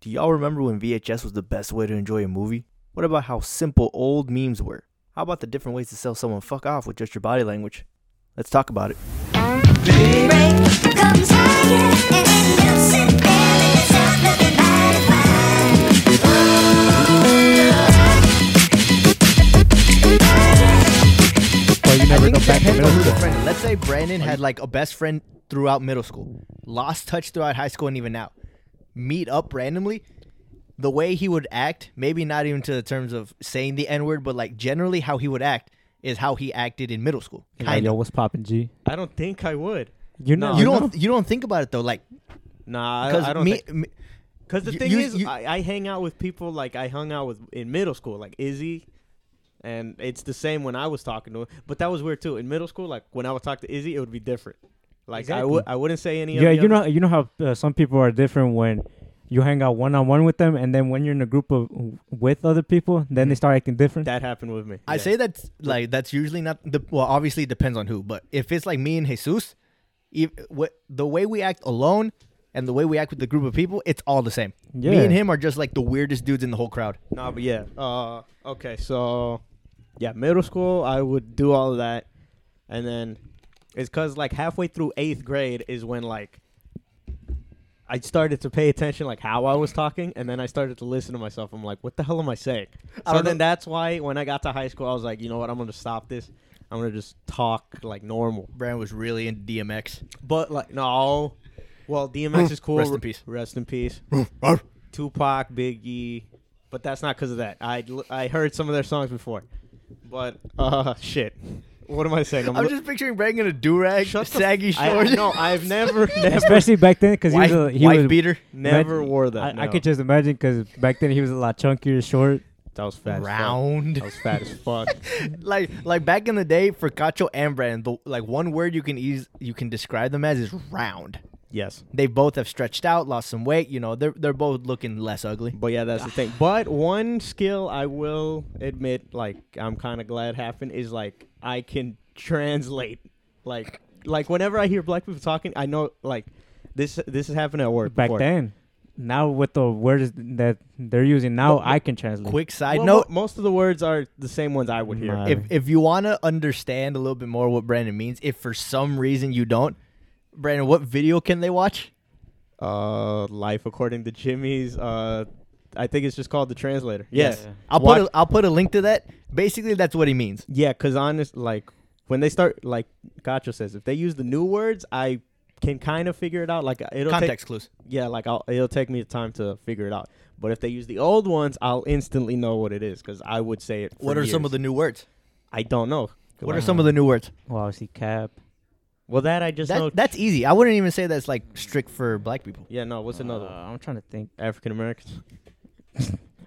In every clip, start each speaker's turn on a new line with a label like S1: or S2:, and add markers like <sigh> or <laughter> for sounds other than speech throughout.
S1: Do y'all remember when VHS was the best way to enjoy a movie? What about how simple old memes were? How about the different ways to sell someone fuck off with just your body language? Let's talk about it.
S2: Well, you never
S1: I think
S2: go
S1: it
S2: back
S1: depends
S2: to middle
S1: on who the
S2: school.
S1: friend is. Let's say Brandon had like a best friend throughout middle school, lost touch throughout high school, and even now. Meet up randomly. The way he would act, maybe not even to the terms of saying the N word, but like generally how he would act is how he acted in middle school.
S2: Like,
S1: Kind
S2: yo,
S1: of.
S2: what's poppin', G?
S3: I don't think I would.
S2: You
S3: No.
S2: know,
S1: You don't you don't think about it though, like
S3: Nah, I,
S1: because
S3: I don't.
S1: me,
S3: think,
S1: me-
S3: Because the
S1: You-
S3: thing
S1: you-
S3: is,
S1: you-
S3: I, I hang out with people like I hung out with in middle school, like Izzy, and it's the same when I was talking to him. But that was weird too. In middle school, like when I would talk to Izzy, it would be different. Like I would, I wouldn't say any. of
S2: yeah,
S3: the
S2: you
S3: other-
S2: know, you know how uh, some people are different when you hang out one on one with them, and then when you're in a group of with other people, then they start acting different. <laughs>
S3: Mm. that happened with me.
S1: I
S3: Yeah.
S1: say that's like that's usually not the well. Obviously, it depends on who. But if it's like me and Jesus, if, what, the way we act alone and the way we act with the group of people, it's all the same. Me
S2: Yeah.
S1: and him are just like the weirdest dudes in the whole crowd.
S3: Nah, but yeah. Uh, okay, so yeah, middle school, I would do all that, and then it's cause like halfway through eighth grade is when like I started to pay attention, like how I was talking, and then I started to listen to myself. I'm like, what the hell am I saying?
S1: I
S3: So
S1: don't
S3: then
S1: know-
S3: that's why when I got to high school, I was like, you know what, I'm gonna stop this. I'm gonna just talk like normal.
S1: Brand was really into DMX.
S3: But like no, well DMX is cool.
S1: Rest in peace.
S3: Rest in peace. Tupac, Biggie, but that's not because of that. I I heard some of their songs before, but uh <laughs> shit. What am I saying?
S1: I'm
S3: <laughs>
S1: just picturing Brand in a do rag, saggy
S3: I,
S1: shorts. <laughs>
S3: no, I've never, never,
S2: Especially back then, because he was
S1: white,
S2: a, he
S1: white
S2: was
S1: beater.
S3: never
S2: Imagine-
S3: wore that.
S2: I,
S3: no.
S2: I could just imagine because back then he was a lot chunkier, short.
S3: That was fat. as fuck.
S1: Round.
S3: That was fat as fuck.
S1: <laughs> like like back in the day for Cacho and Brand, the like one word you can ease you can describe them as is round.
S3: yes,
S1: They both have stretched out, lost some weight. You know, they're they're both looking less ugly.
S3: but yeah, that's
S2: <sighs>
S3: the thing. But one skill I will admit, like I'm kind of glad happened, is like I can translate. Like, like whenever I hear black people talking, I know like this. This has happened at work
S2: Back
S3: before.
S2: then, now with the words that they're using now, I can translate.
S1: Quick side
S3: Well,
S1: note:
S3: mo- most of the words are the same ones I would hear.
S2: My-
S1: if if you want to understand a little bit more what Brandon means, if for some reason you don't, Brandon, what video can they watch?
S3: uh, life according to Jimmy's. Uh, I think it's just called the translator. Yeah,
S2: Yes.
S1: I'll
S3: Watch-
S1: put a, I'll put a link to that. Basically, that's what he means.
S3: yeah, because honest, like when they start, like Gacho says, if they use the new words, I can kind of figure it out. Like it'll
S1: Context clues.
S3: take, yeah, like I'll, it'll take me time to figure it out. But if they use the old ones, I'll instantly know what it is because I would say it. for
S1: What are some
S3: years.
S1: of the new words?
S3: I don't know.
S1: What are some of the new words?
S2: Well, obviously cap.
S3: Well, that I just know.
S1: That, that's easy. I wouldn't even say that's like strict for black people.
S3: yeah, no. What's another?
S2: Uh,
S3: one?
S2: I'm trying to think.
S1: <laughs>
S3: African Americans.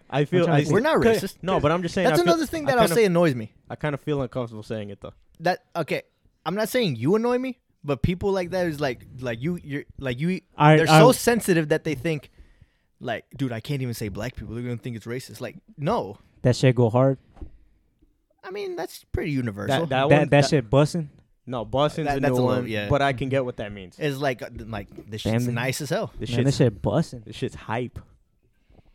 S3: I feel
S2: trying to
S3: I,
S2: think.
S1: We're not
S3: Cause-
S1: racist.
S3: No, but I'm just saying.
S1: That's
S3: I feel-
S1: another thing
S3: I
S1: that I'll
S3: kinda-
S1: say annoys me.
S3: I kind of feel uncomfortable saying it though.
S1: That okay. I'm not saying you annoy me, but people like that is like like you you're like you
S2: I-
S1: they're
S2: I-
S1: so sensitive that they think like dude, I can't even say black people. They're gonna think it's racist. Like no,
S2: That shit go hard.
S1: I mean that's pretty universal.
S3: That that,
S2: That
S3: one,
S2: that, shit bussin'.
S3: No, Boston's
S1: That-
S3: a
S1: that's
S3: new
S1: a little-
S3: one.
S1: yeah.
S3: But I can get what that means.
S1: it's like uh, like this
S2: Damn
S1: shit's
S2: it.
S1: nice as hell.
S3: This
S2: Man, that
S3: shit's
S2: shit bussin'.
S3: this shit's hype.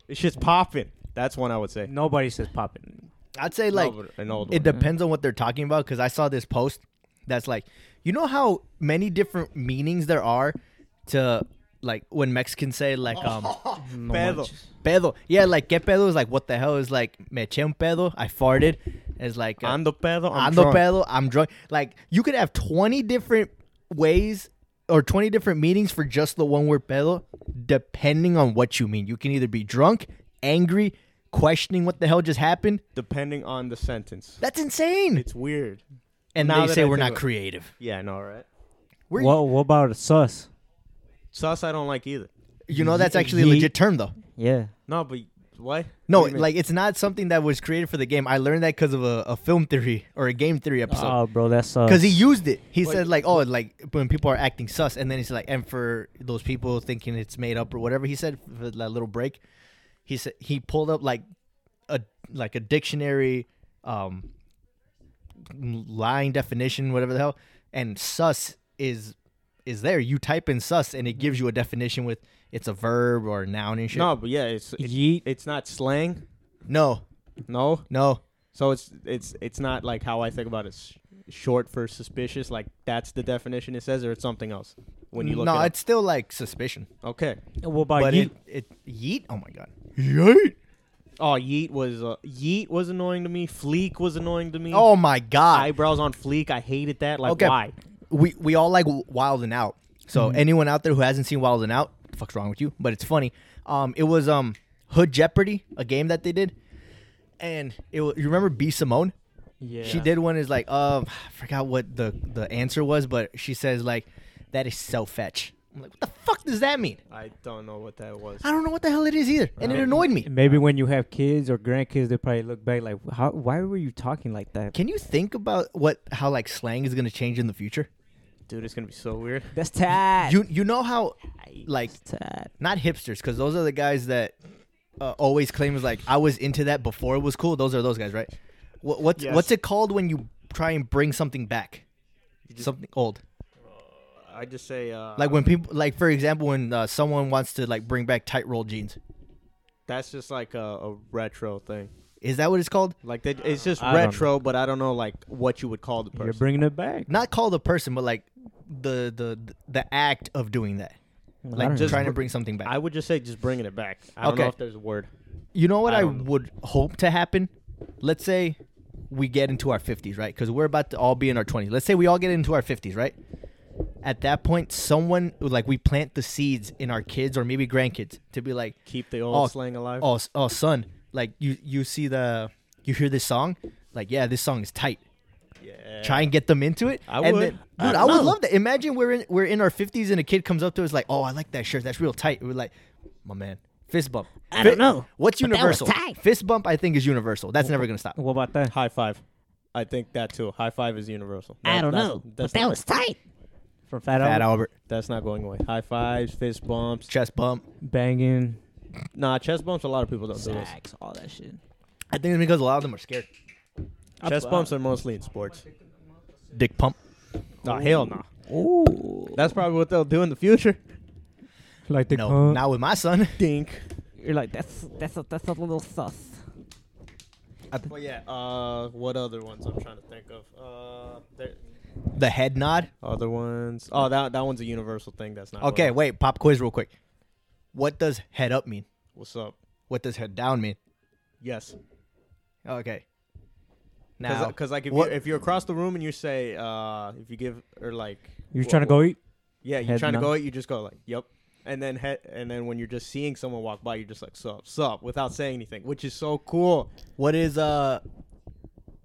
S3: This shit's popping. That's one I would say.
S2: Nobody says poppin'.
S1: I'd say like
S3: No, but an old
S1: it
S3: one.
S1: depends on what they're talking about because I saw this post that's like, you know how many different meanings there are to like when Mexicans say like um
S2: No
S3: Pedo.
S2: manches.
S1: pedo. Yeah, like que pedo is like what the hell is like me eché un pedo. I farted. It's like uh,
S3: Ando pedo. I'm
S1: ando
S3: drunk.
S1: pedo. I'm drunk. Like you could have twenty different ways or twenty different meanings for just the one word pedo, depending on what you mean. You can either be drunk, angry, questioning what the hell just happened.
S3: Depending on the sentence,
S1: That's insane.
S3: it's weird.
S1: And
S3: Now
S1: now they
S3: that
S1: say
S3: I
S1: we're
S3: think
S1: not
S3: of it.
S1: creative.
S3: Yeah, no, right.
S1: We're,
S2: What what about sus?
S3: Sauce I don't like either.
S1: you know that's
S2: Ye-
S1: actually a
S2: ye-
S1: legit term though.
S2: Yeah.
S3: No, but what?
S1: No,
S3: What do you mean?
S1: like it's not something that was created for the game. I learned that because of a, a film theory or a game theory episode.
S2: oh, bro, that's sus.
S1: Because he used it. He
S3: Wait.
S1: said like, oh, like when people are acting sus, and then he's like, and for those people thinking it's made up or whatever, he said for that little break, he said he pulled up like a like a dictionary, um, line definition, whatever the hell, and sus is is there. You type in sus, and it gives you a definition with it's a verb or a noun and shit.
S3: No, but yeah, it's it-
S2: Yeet.
S3: it's not slang.
S1: no,
S3: No,
S1: no.
S3: so it's it's it's not like how I think about it. It's short for suspicious. Like that's the definition it says, or it's something else. When you look,
S1: no,
S3: it up.
S1: it's still like suspicion.
S3: okay.
S2: What about
S1: but
S2: yeet?
S1: It, it yeet. Oh my god. Yeet.
S3: Oh, yeet was uh, yeet was annoying to me. Fleek was annoying to me.
S1: Oh my god.
S3: eyebrows on fleek. I hated that. Like
S1: Okay.
S3: why?
S1: we we all like Wild and Out. So anyone out there who hasn't seen Wild and Out, the fuck's wrong with you? But it's funny. Um, it was um Hood Jeopardy, a game that they did, and it wa- you remember B Simone?
S2: yeah.
S1: She did one is like um I forgot what the the answer was, but she says like that is so fetch. I'm like, what the fuck does that mean?
S3: I don't know what that was.
S1: I don't know what the hell it is either, and it annoyed me.
S2: Maybe when you have kids or grandkids, they probably look back like, "How? Why were you talking like that?"
S1: Can you think about what how like slang is gonna change in the future?
S3: Dude, it's gonna be so weird.
S2: That's tad.
S1: You you know how like
S2: tad.
S1: not hipsters because those are the guys that uh, always claim is like I was into that before it was cool. Those are those guys, right? What, what's
S3: Yes.
S1: what's it called when you try and bring something back,
S3: just-
S1: something old?
S3: I just say uh,
S1: Like when people, like for example, when uh, someone wants to like bring back tight roll jeans.
S3: that's just like a, a retro thing.
S1: Is that what it's called?
S3: Like that, it's just
S2: I don't
S3: retro, but I don't know like what you would call the person.
S2: You're bringing it back.
S1: Not call the person, but like the the the act of doing that, like
S2: don't
S1: just
S2: know.
S1: trying to bring something back.
S3: I would just say just bringing it back. I don't know
S1: Okay.
S3: if there's a word.
S1: You know what
S3: I
S1: I,
S3: don't know.
S1: would hope to happen? Let's say we get into our 50s, right? Because we're about to all be in our 20s. Let's say we all get into our 50s, right? At that point, someone like we plant the seeds in our kids or maybe grandkids to be like,
S3: Keep the old
S1: Oh,
S3: slang alive.
S1: oh, s- oh, son, like you you see the you hear this song, like yeah, this song is tight.
S3: yeah.
S1: Try and get them into it.
S3: I
S1: and
S3: would.
S1: Then, dude, I,
S3: I
S1: would
S3: know.
S1: love that. Imagine we're in we're in our 50s and a kid comes up to us like, oh, I like that shirt. That's real tight. We're like, my man, fist bump.
S2: I
S1: Fi-
S2: don't know,
S1: What's
S2: but that was
S1: universal?
S2: tight.
S1: Fist bump, I think, is universal. That's never gonna stop.
S2: What about that?
S3: High five. I think that too. High five is universal. That- that's- That's not,
S2: tight. From Fat,
S1: Fat
S2: Albert.
S1: Albert,
S3: that's not going away. High fives, fist bumps.
S1: chest bump.
S2: banging,
S3: Nah, chest bumps. A lot of people don't do this.
S2: sacks, all that shit.
S1: I think it's because a lot of them are scared.
S3: Chest bumps are mostly in sports.
S1: Dick pump.
S3: Nah, hell no.
S2: Ooh,
S3: That's probably what they'll do in the future.
S2: like the
S1: no,
S2: cunt.
S1: not with my son.
S3: Dink.
S2: You're like that's that's a, that's a little sus.
S3: But yeah, uh, what other ones I'm trying to think of? Uh, there,
S1: The head nod.
S3: other ones. Oh, that that one's a universal thing. That's not going
S1: Okay,
S3: away.
S1: wait. Pop quiz, real quick. What does head up mean?
S3: What's up?
S1: What does head down mean?
S3: Yes.
S1: Okay. Now,
S3: Because like if
S1: what-
S3: you if you're across the room and you say uh if you give or like
S2: You're
S3: wha-
S2: trying to
S3: wha-
S2: go eat?
S3: yeah you're
S2: head
S3: trying to
S2: nod?
S3: go eat you just go like yep and then head and then when you're just seeing someone walk by you're just like sup sup without saying anything which is so cool.
S1: what is uh,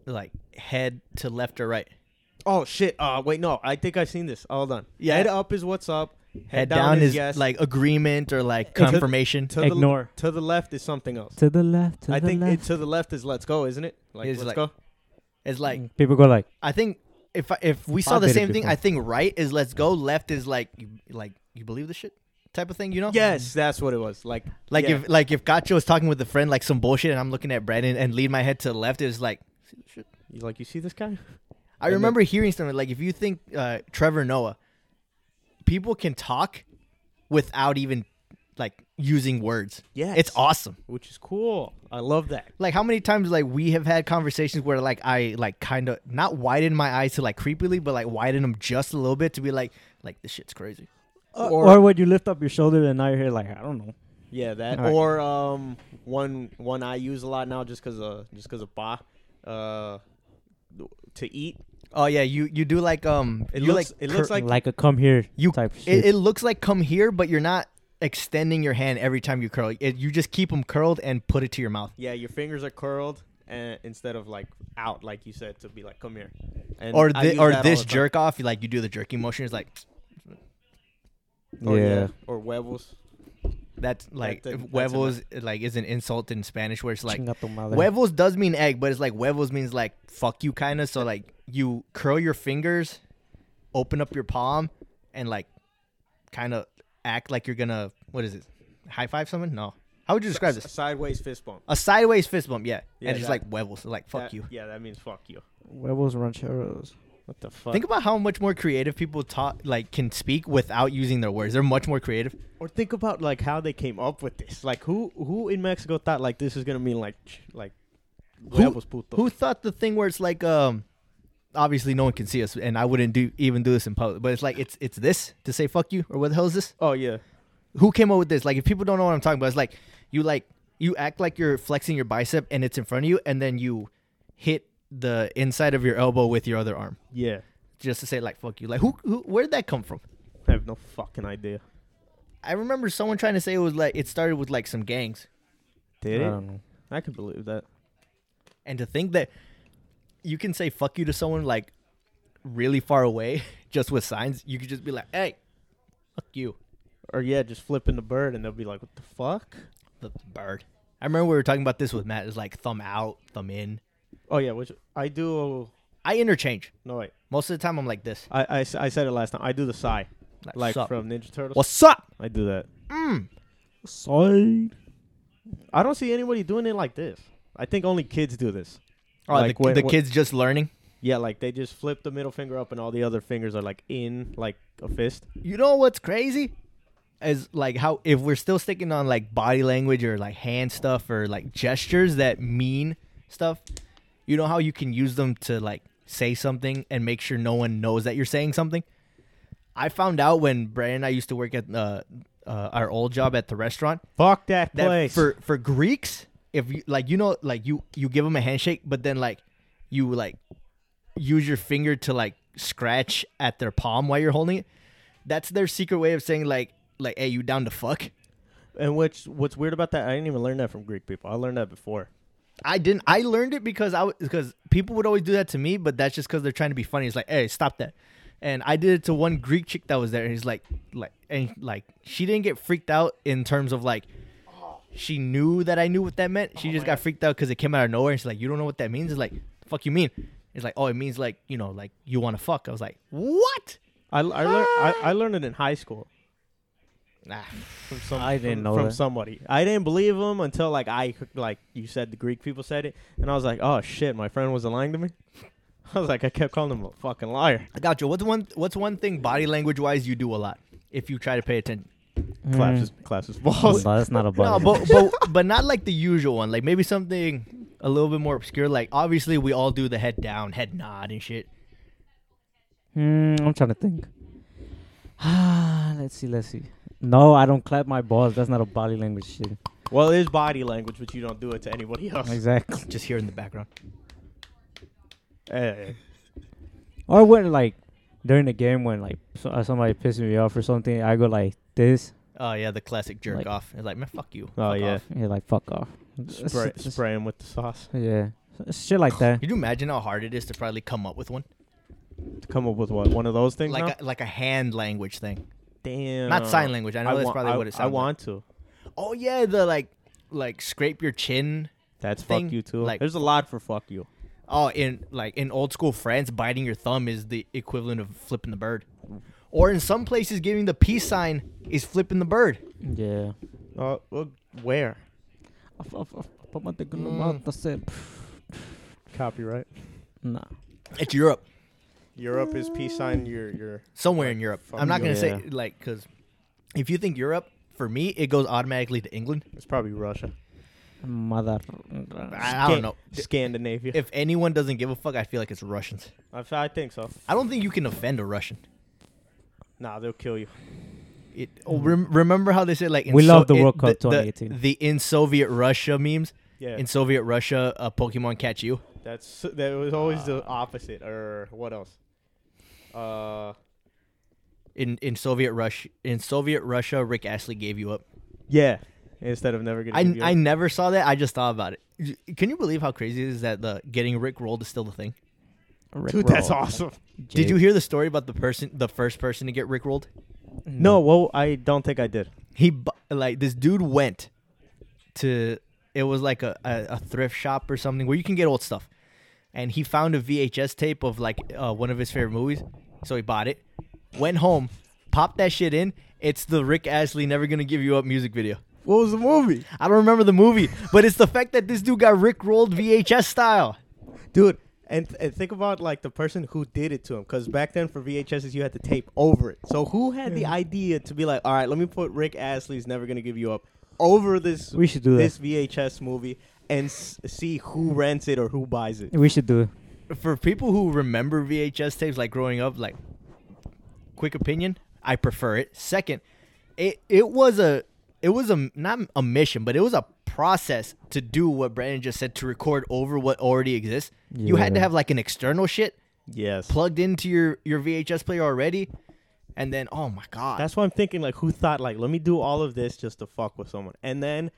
S1: like head to left or right?
S3: Oh shit! Uh wait no I think I've seen this. Hold on.
S1: Yeah.
S3: Head up is what's up. Head,
S1: Head, down, is
S3: yes.
S1: like agreement or like
S3: to-
S1: confirmation.
S3: to
S2: Ignore.
S3: the to the left is something else.
S2: To the left. To
S3: I
S2: the
S3: think
S2: left.
S3: it, to the left is let's go, isn't it? Like
S1: It's like-
S3: let's go.
S1: it's like
S2: people go like
S1: I think if I- if we saw
S2: I
S1: the
S2: did it
S1: same thing,
S2: before.
S1: I think right is let's go, left is like you, like you believe the shit type of thing, you know?
S3: Yes, that's what it was. Like
S1: Like
S3: yeah.
S1: if like if Gotcha was talking with a friend like some bullshit, and I'm looking at Brandon and lead my head to the left, it's like. see the shit?
S3: You like you see this guy?
S1: I
S3: And then-
S1: remember hearing something like if you think uh, Trevor Noah, people can talk without even like using words.
S3: Yes.
S1: it's awesome.
S3: Which is cool. I love that.
S1: like how many times like we have had conversations where like I like kind of not widen my eyes to like creepily, but like widen them just a little bit to be like like this shit's crazy.
S2: "Oh, or, would you lift up your shoulder and now you're here like I don't know.
S3: Yeah, that
S2: All right.
S3: or um one one I use a lot now just cuz of just cuz of ba uh to eat.
S1: Oh yeah, you you do like um
S3: It
S1: you
S3: looks
S1: like
S3: it looks like
S2: Like, a come here
S1: you
S2: type
S1: it,
S2: shit.
S1: it looks like come here, but you're not extending your hand every time you curl. It, you just keep them curled and put it to your mouth.
S3: yeah, your fingers are curled and instead of like out like you said to be like come here. And
S1: Or
S3: I
S1: thi-
S3: use
S1: or
S3: that all
S1: this
S3: the time.
S1: jerk off, you like you do the jerky motion. It's like
S3: Or, Oh, Or huevos.
S1: that's like
S3: That- that- that's
S1: huevos like is an insult in Spanish where it's like
S2: Chinga tu madre.
S1: Huevos does mean egg, but it's like huevos means like fuck you kind of. So like you curl your fingers, open up your palm, and like kind of act like you're gonna what is it? High five someone? No. How would you describe
S3: S-
S1: this?
S3: sideways fist bump.
S1: A sideways fist bump, yeah.
S3: Yeah,
S1: and it's
S3: that-
S1: like huevos, like fuck
S3: That-
S1: you.
S3: Yeah, that means fuck you.
S2: Huevos rancheros.
S3: What the fuck?
S1: Think about how much more creative people talk, like can speak without using their words. They're much more creative.
S3: or think about like how they came up with this. Like who who in Mexico thought like this is gonna mean like ch- like huevos puto.
S1: Who thought the thing where it's like, um, obviously no one can see us, and I wouldn't do even do this in public. But it's like it's it's this to say fuck you or what the hell is this?
S3: oh yeah.
S1: Who came up with this? Like if people don't know what I'm talking about, it's like you like you act like you're flexing your bicep and it's in front of you, and then you hit the inside of your elbow with your other arm
S3: Yeah.
S1: just to say like fuck you. Like who who where did that come from?
S3: I have no fucking idea.
S1: I remember someone trying to say it was like it started with like some gangs,
S3: Did
S2: I
S3: it?
S2: don't know.
S3: I could believe that.
S1: and to think that you can say fuck you to someone like really far away <laughs> just with signs, you could just be like, hey, fuck you,
S3: Or yeah, just flipping the bird and they'll be like, What the fuck?
S1: the bird. I remember we were talking about this with Matt. It's like thumb out, thumb in.
S3: Oh yeah, which I do
S1: I interchange
S3: no wait.
S1: most of the time. I'm like this.
S3: I, I, s- I said it last time. I do the sigh.
S1: Like,
S3: Like
S1: sup.
S3: from Ninja Turtles.
S1: what's up?
S3: I do that.
S1: Mm.
S2: Side.
S3: I don't see anybody doing it like this. I think only kids do this.
S1: Oh,
S3: Like,
S1: the,
S3: when-
S1: the
S3: when-
S1: kids just learning.
S3: Yeah, like they just flip the middle finger up and all the other fingers are like in like a fist.
S1: You know what's crazy? Is like how if we're still sticking on like body language or like hand stuff or like gestures that mean stuff, you know how you can use them to like say something and make sure no one knows that you're saying something? I found out when Brandon and I used to work at uh, uh, our old job at the restaurant
S3: Fuck that
S1: that
S3: place.
S1: for for Greeks, if you like you know like you you give them a handshake but then like you like use your finger to like scratch at their palm while you're holding it. That's their secret way of saying like like hey you down to fuck.
S3: and which what's weird about that, I didn't even learn that from Greek people. I learned that before.
S1: I didn't. I learned it because I because people would always do that to me, but that's just because they're trying to be funny. It's like, hey, stop that. And I did it to one Greek chick that was there, and he's like, like, and like, she didn't get freaked out in terms of like, she knew that I knew what that meant. She just got freaked out because it came out of nowhere. And she's like, you don't know what that means. It's like, fuck you mean? It's like, oh, it means like, you know, like you want to fuck. I was like, what?
S3: I, I, learned, I, I learned it in high school
S1: Nah.
S3: from some
S2: I didn't
S3: from,
S2: know
S3: from
S2: that.
S3: somebody. I didn't believe them until like I like you said the Greek people said it, and I was like, oh shit, my friend wasn't lying to me. <laughs> I was like, I kept calling him a fucking liar.
S1: I got you. What's one? What's one thing body language wise you do a lot if you try to pay attention?
S3: Claps Oh, his claps his
S2: No,
S3: balls.
S2: Mm. that's not a
S1: No,
S2: button.
S1: but, but but not like the usual one. Like maybe something a little bit more obscure. Like obviously we all do the head down, head nod and shit.
S2: Hmm, I'm trying to think. <sighs> let's see, let's see. No, I don't clap my balls. That's not a body language shit.
S3: Well, it is body language, but you don't do it to anybody else.
S2: Exactly.
S1: Just here in the background.
S3: Eh,
S2: Or when like during the game when like so, uh, somebody pisses me off or something, I go like this.
S1: Oh yeah, the classic jerk
S2: Like-
S1: off. It's like man, fuck you.
S3: Oh
S1: Fuck
S3: yeah,
S1: off.
S2: And you're like, fuck off. It's-
S3: spray,
S2: it's- it's-
S3: spray him with the sauce.
S2: Yeah, S- shit like
S1: <laughs>
S2: that.
S1: Could you imagine how hard it is to probably come up with one?
S3: To come up with what one of those things? now?
S1: Like a, like a hand language thing.
S3: Damn.
S1: Not sign language. I know that's
S3: wa-
S1: probably
S3: I-
S1: what it
S3: I
S1: sounds like.
S3: want to.
S1: Oh yeah, the like like scrape your chin.
S3: That's
S1: thing,
S3: fuck you too.
S1: like-
S3: There's a lot for fuck you.
S1: Oh, in like in old school France, biting your thumb is the equivalent of flipping the bird. Or in some places, giving the peace sign is flipping the bird.
S2: Yeah.
S3: Uh, well, where?
S2: I f- I f- I put my dick in the mouth. That's it.
S3: Copyright.
S2: Nah.
S1: It's Europe.
S3: Europe is peace sign. Your your.
S1: somewhere in Europe.
S3: fuck
S1: I'm not gonna say
S3: Europe.
S1: like because if you think Europe, for me, it goes automatically to England.
S3: It's probably Russia.
S2: Mother.
S1: I, I don't
S3: Scan-
S1: know.
S3: Scandinavia.
S1: If anyone doesn't give a fuck, I feel like it's Russians.
S3: I, f- I think so.
S1: I don't think you can offend a Russian.
S3: Nah, they'll kill you.
S1: It, oh,
S3: Hmm.
S1: rem- remember how they said like in
S2: We love the
S1: it-
S2: World Cup
S1: the-
S2: 2018.
S1: The, the in Soviet Russia memes.
S3: Yeah.
S1: In Soviet Russia, uh, Pokemon catch you.
S3: That's that was always the opposite. Or what else? Uh.
S1: In in Soviet Russia, in Soviet Russia, Rick Astley gave you up.
S3: Yeah. Instead of never getting.
S1: I, I never saw that. I just thought about it. Y- Can you believe how crazy it is that the getting Rick rolled is still the thing?
S3: Dude, that's awesome.
S1: Did you hear the story about the person, the first person to get Rick rolled?
S3: No, well, I don't think I did.
S1: he bu- like this dude went to it was like a, a, a thrift shop or something where you can get old stuff and he found a vhs tape of like uh, one of his favorite movies so he bought it went home popped that shit in it's the rick astley never gonna give you up music video
S3: What was the movie?
S1: i don't remember the movie but it's the fact that this dude got rick rolled vhs style
S3: Dude, And, th- and think about like the person who did it to him, because back then for VHSs you had to tape over it. So who had the
S2: Yeah.
S3: idea to be like, all right, let me put Rick Astley's "Never Gonna Give You Up" over this
S2: We should do
S3: this
S2: this.
S3: VHS movie and s- see who rents it or who buys it?
S2: We should do it.
S1: for people who remember VHS tapes like growing up, like quick opinion, I prefer it. Second, it it was a it was a not a mission, but it was a process to do what Brandon just said to record over what already exists. You had to
S2: Yeah.
S1: have like an external shit
S3: Yes,
S1: plugged into your your VHS player already, and then oh my god,
S3: that's why I'm thinking like, who thought like, let me do all of this just to fuck with someone, and then.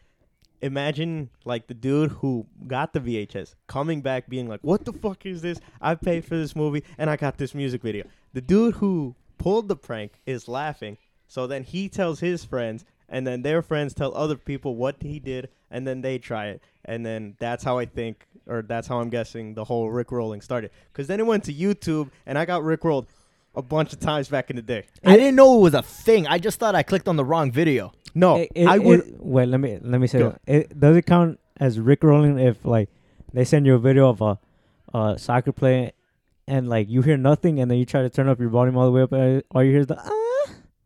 S3: Imagine like the dude who got the VHS coming back being like, "What the fuck is this? I paid for this movie and I got this music video." The dude who pulled the prank is laughing. So then he tells his friends and then their friends tell other people what he did and then they try it. And then that's how I think or that's how I'm guessing the whole Rick rolling started. Cuz then it went to YouTube and I got Rick rolled a bunch of times back in the day.
S1: I didn't know it was a thing. I just thought I clicked on the wrong video.
S3: No,
S2: It- it-
S3: Oh, I would
S2: it- wait. Let me let me say
S3: Go.
S2: that. It, does it count as rickrolling if like they send you a video of a, a soccer play and like you hear nothing and then you try to turn up your volume all the way up and all you hear is the ah.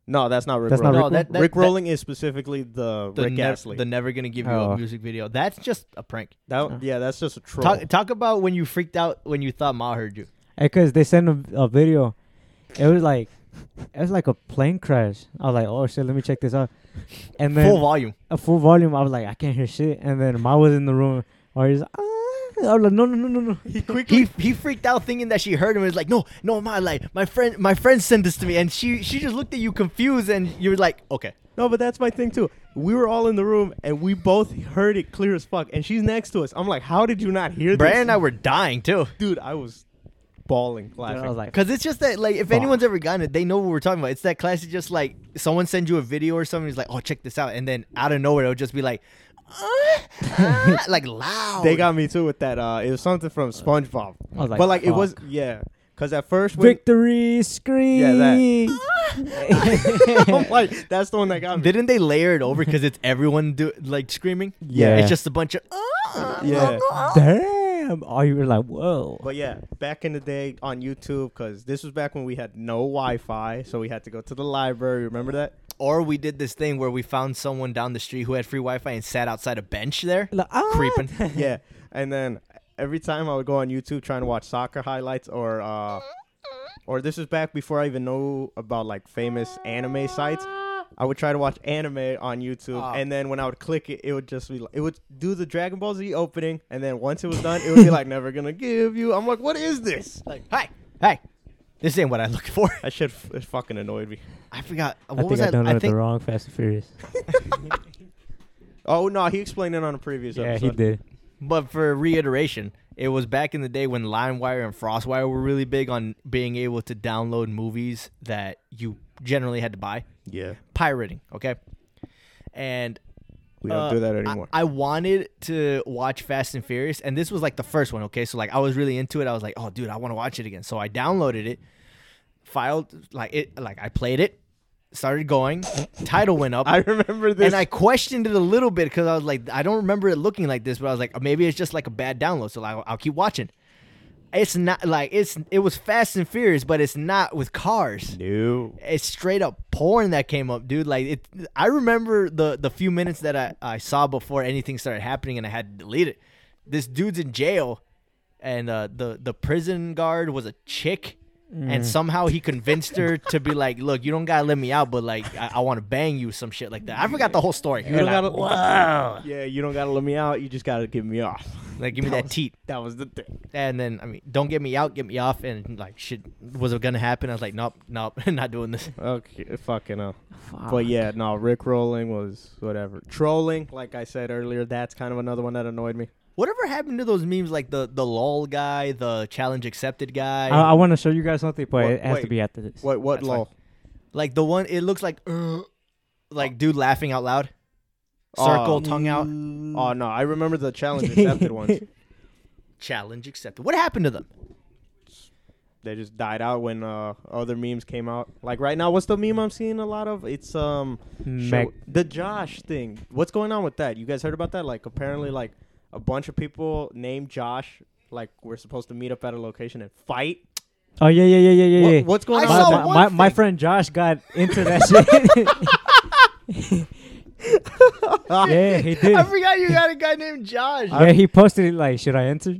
S3: No, that's not Rick
S2: That's not
S3: rolling.
S1: No,
S2: Rick-
S1: that, that,
S3: Rick
S1: that-
S3: rolling is specifically the,
S1: the,
S3: Rick
S1: nev-
S3: Astley.
S1: the never gonna give you
S2: Oh.
S1: up music video. That's just a prank.
S3: that, yeah, that's just a troll.
S1: Talk, talk about when you freaked out when you thought Ma heard you.
S2: Because they sent a, a video. It was like it was like a plane crash. I was like, oh shit, let me check this out. And then
S1: Full volume.
S2: a full volume. I was like, I can't hear shit. And then Ma was in the room. Or he's ah. I was like, no, no, no, no, no.
S1: He quickly he, freaked out thinking that she heard him. and was like, no, no, Ma, like my friend, my friend sent this to me, and she she just looked at you confused, and you were like, okay,
S3: No, but that's my thing too. We were all in the room and we both heard it clear as fuck. And she's next to us. I'm like, how did you not hear
S1: Brandon
S3: this?
S1: and I were dying too,
S3: dude, I was bawling,
S2: And
S3: laughing.
S2: I was like,
S1: because it's just that like if
S2: Fuck.
S1: anyone's ever gotten it, they know what we're talking about. It's that classic, just like someone sends you a video or something, he's like, oh, check this out, and then out of nowhere it'll just be like, "Ah, ah," like loud.
S3: they got me too with that. Uh, it was something from SpongeBob.
S2: I was like,
S3: but like it was,
S2: fuck.
S3: yeah. Because at first, when,
S2: victory scream.
S3: <laughs> I'm like, that's the one that got me.
S1: Didn't they layer it over because it's everyone do like screaming?
S2: Yeah.
S1: it's just a bunch of. "Ah,
S3: Yeah.
S1: ah, ah."
S2: Damn. Oh, you were like, whoa.
S3: But yeah, back in the day on YouTube, because this was back when we had no Wi-Fi, so we had to go to the library. Remember that?
S1: Or we did this thing where we found someone down the street who had free Wi-Fi and sat outside a bench there,
S2: Like, ah.
S1: creeping.
S2: <laughs>
S3: yeah. And then every time I would go on YouTube trying to watch soccer highlights or uh or this was back before I even know about like famous anime sites. I would try to watch anime on YouTube,
S1: Ah.
S3: and then when I would click it, it would just be like, it would do the Dragon Ball Z opening, and then once it was done, it would be like, "Never gonna give you." I'm like, "What is this?"
S1: Like, hey, hey, this ain't what I looked for.
S3: That shit f- it fucking annoyed me.
S1: I forgot what
S2: I
S1: was
S2: think I
S1: that. I,
S2: downloaded
S1: think
S2: the wrong Fast and
S3: <laughs>
S2: Furious.
S3: Oh no, he explained it on a previous
S2: yeah,
S3: episode.
S2: he did.
S1: But for reiteration, it was back in the day when LimeWire and FrostWire were really big on being able to download movies that you generally had to buy,
S3: Yeah,
S1: pirating. Okay, and
S3: we don't
S1: uh,
S3: do that
S1: I-
S3: anymore.
S1: I, wanted to watch Fast and Furious, and this was like the first one. Okay, so like I was really into it. I was like, oh, dude, I want to watch it again. So I downloaded it, filed like it, like I played it, started going. title went up.
S3: <laughs> I remember this.
S1: and I questioned it a little bit because I was like, I don't remember it looking like this, but I was like, maybe it's just like a bad download. So like, I'll, I'll keep watching. It's not like it's it was Fast and Furious, but it's not with cars
S3: knew.
S1: it's straight up porn that came up, dude. Like it, I remember the the few minutes that I, I saw before anything started happening, and I had to delete it. This dude's in jail, and uh, the the prison guard was a chick, and somehow he convinced her to be like, "Look, you don't gotta let me out, but like I, I want to bang you, some shit like that." I forgot the whole story.
S3: You don't
S1: Like,
S3: gotta, Yeah, you don't gotta let me out. You just gotta give me off.
S1: like, give me that teat,
S3: That was the thing.
S1: and then I mean, don't get me out, get me off, and like shit was it gonna happen? I was like, nope, nope, <laughs> not doing this.
S3: Okay, fucking hell.
S2: Fuck.
S3: But yeah, no, Rick rolling was whatever. Trolling, like I said earlier, that's kind of another one that annoyed me.
S1: Whatever happened to those memes like the the lol guy, the challenge accepted guy?
S2: Uh, I, I want to show you guys something, but
S3: Wha-
S2: it has
S3: wait.
S2: to be after this.
S3: What? What?
S1: That's fine.
S3: Lol.
S1: like the one it looks like uh, like dude laughing out loud.
S2: Uh,
S1: Circle
S3: Oh.
S1: tongue out.
S3: Oh no, I remember the challenge
S1: <laughs>
S3: accepted ones.
S1: Challenge accepted. What happened to them?
S3: They just died out when uh, other memes came out. Like right now, what's the meme I'm seeing a lot of? It's um,
S2: Mac-
S3: show- the Josh thing. What's going on with that? You guys heard about that? Like apparently, like a bunch of people named Josh like we're supposed to meet up at a location and fight.
S2: Oh yeah, yeah, yeah, yeah, yeah.
S3: What-
S2: yeah.
S3: what's going
S1: I
S2: my,
S1: saw
S3: on?
S2: my,
S1: one
S2: my, my
S1: thing.
S2: friend Josh got
S1: <laughs>
S2: into that shit. yeah, he did.
S1: I forgot you got a guy named Josh.
S2: Yeah, he posted it like, should I answer?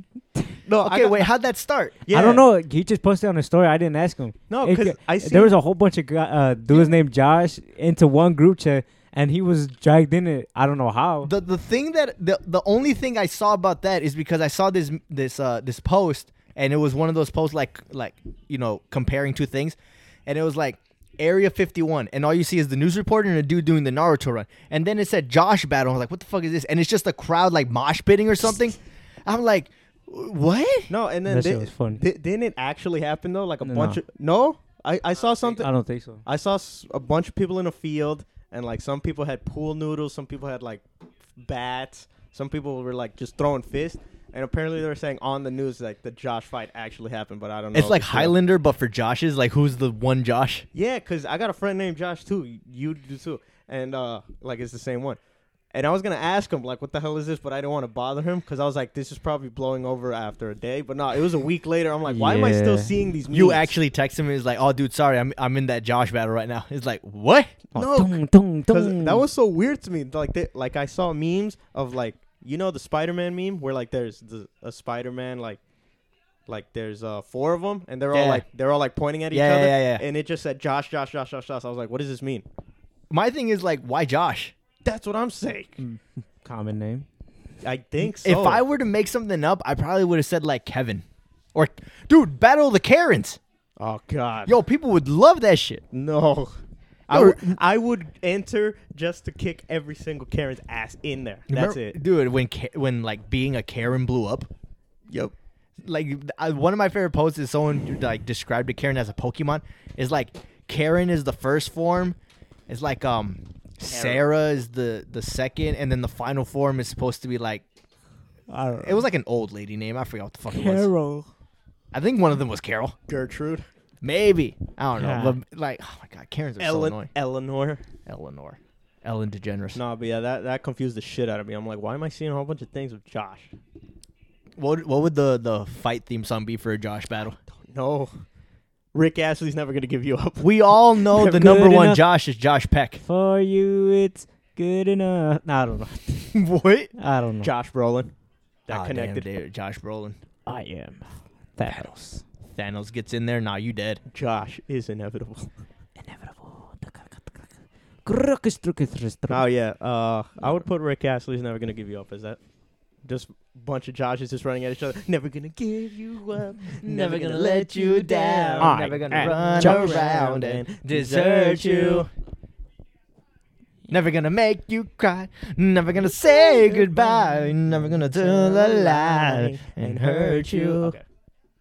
S3: No, I
S1: okay,
S3: got-
S1: wait, how'd that start?
S3: Yeah.
S2: I don't know. He just posted on a story. I didn't ask him.
S3: No,
S2: It
S3: 'cause
S2: ca-
S3: I
S2: there was
S3: seen-
S2: a whole bunch of gu- uh, dudes named Josh into one group chat, and he was dragged in it. I don't know how.
S1: The the thing that the the only thing I saw about that is because I saw this this uh this post and it was one of those posts like like you know comparing two things, and it was like Area 51 and all you see is the news reporter and a dude doing the Naruto run, and then it said Josh battle. I was like, what the fuck is this? And it's just a crowd like mosh pitting or something. I'm like, what?
S3: No, and then
S2: That shit
S3: di-
S2: was funny.
S3: di- didn't it actually happen though? Like a
S2: No.
S3: bunch of no. I, I saw something.
S2: I don't think so.
S3: I saw s- a bunch of people in a field, and like some people had pool noodles, some people had like bats, some people were like just throwing fists, and apparently they were saying on the news like the Josh fight actually happened, but I don't know.
S1: It's
S3: if
S1: like
S3: real.
S1: Highlander, but for Josh's. Like, who's the one Josh?
S3: Yeah, cause I got a friend named Josh too. y- You do too, and uh, like it's the same one. And I was gonna ask him like, what the hell is this? But I didn't want to bother him because I was like, this is probably blowing over after a day. But no, it was a week later. I'm like, why am I still
S2: Yeah.
S3: seeing these?
S1: You
S3: memes?
S1: actually text him and he's like, oh, dude, sorry, I'm, I'm in that Josh battle right now. It's like, what?
S3: No,
S2: Dung, dung,
S3: Because
S2: dung.
S3: that was so weird to me. Like they, like I saw memes of like you know the Spider-Man meme where like there's the, a Spider-Man like like there's uh four of them and they're all
S1: Yeah.
S3: like they're all like pointing at each
S1: Yeah, yeah,
S3: other
S1: yeah, yeah.
S3: and it just said Josh Josh Josh Josh Josh. I was like, what does this mean?
S1: My thing is like, why Josh?
S3: That's what I'm
S1: Mm.
S3: saying.
S2: common name.
S3: I think so.
S1: If I were to make something up, I probably would have said like Kevin, or dude, battle of the Karens.
S3: oh god,
S1: Yo, people would love that shit.
S3: no. I
S1: Yo,
S3: would- I would enter just to kick every single Karen's ass in there. That's
S1: Remember-
S3: it.
S1: dude. When Ka- when like being a Karen blew up,
S3: Yep.
S1: like I, one of my favorite posts is someone like described a Karen as a Pokemon. It's like Karen is the first form. It's like um Sarah is the the second, and then the final form is supposed to be like
S2: I don't
S1: it was like an old lady name. I forgot what the fuck it was.
S2: Carol.
S1: I think one of them was Carol.
S3: Gertrude,
S1: Maybe I don't
S2: Yeah.
S1: know. But like, oh my god, Karens are so
S3: Ellen,
S1: annoying.
S3: Eleanor.
S1: Eleanor. Ellen DeGeneres.
S3: No, but yeah, that, that confused the shit out of me. I'm like, why am I seeing a whole bunch of things with Josh?
S1: What what would the, the fight theme song be for a Josh battle?
S3: No. Rick Astley's never gonna give you up.
S1: <laughs>
S3: <laughs>
S1: We all know the
S2: Good
S1: number one
S2: enough.
S1: Josh is Josh Peck.
S2: For you, it's good enough. No, I don't know.
S1: <laughs> what?
S2: I don't know.
S3: Josh Brolin. That
S1: That
S3: connected.
S1: connected. Josh Brolin.
S2: I am Thanos.
S1: Thanos gets in there. Nah, you dead.
S3: Josh is inevitable.
S2: Inevitable. Oh,
S3: Oh yeah. Uh I would put Rick Astley's never gonna give you up, is that? Just bunch of Joshes just running at each other. Never gonna give you up. <laughs> Never gonna let you down.
S2: I
S3: never
S2: am
S3: gonna run
S2: Josh.
S3: around and desert you.
S1: Never gonna make you cry. Never gonna say goodbye. Never gonna tell a lie and hurt you.
S3: Okay.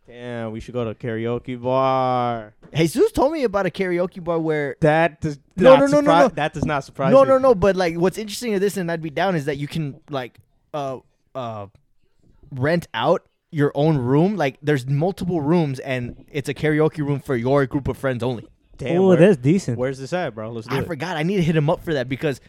S3: Damn, we should go to a karaoke bar.
S1: Jesus told me about a karaoke bar where
S3: That does
S1: No,
S3: not
S1: no, no, no,
S3: surpri-
S1: no.
S3: That does not surprise
S1: No,
S3: me.
S1: no, no. But like, what's interesting of this, and I'd be down, is that you can like, uh, uh, rent out your own room. Like, there's multiple rooms, and it's a karaoke room for your group of friends only.
S3: Damn,
S2: Ooh,
S3: where-
S2: that's decent.
S3: Where's this at, bro? Let's do
S1: I
S3: it.
S1: forgot. I need to hit him up for that because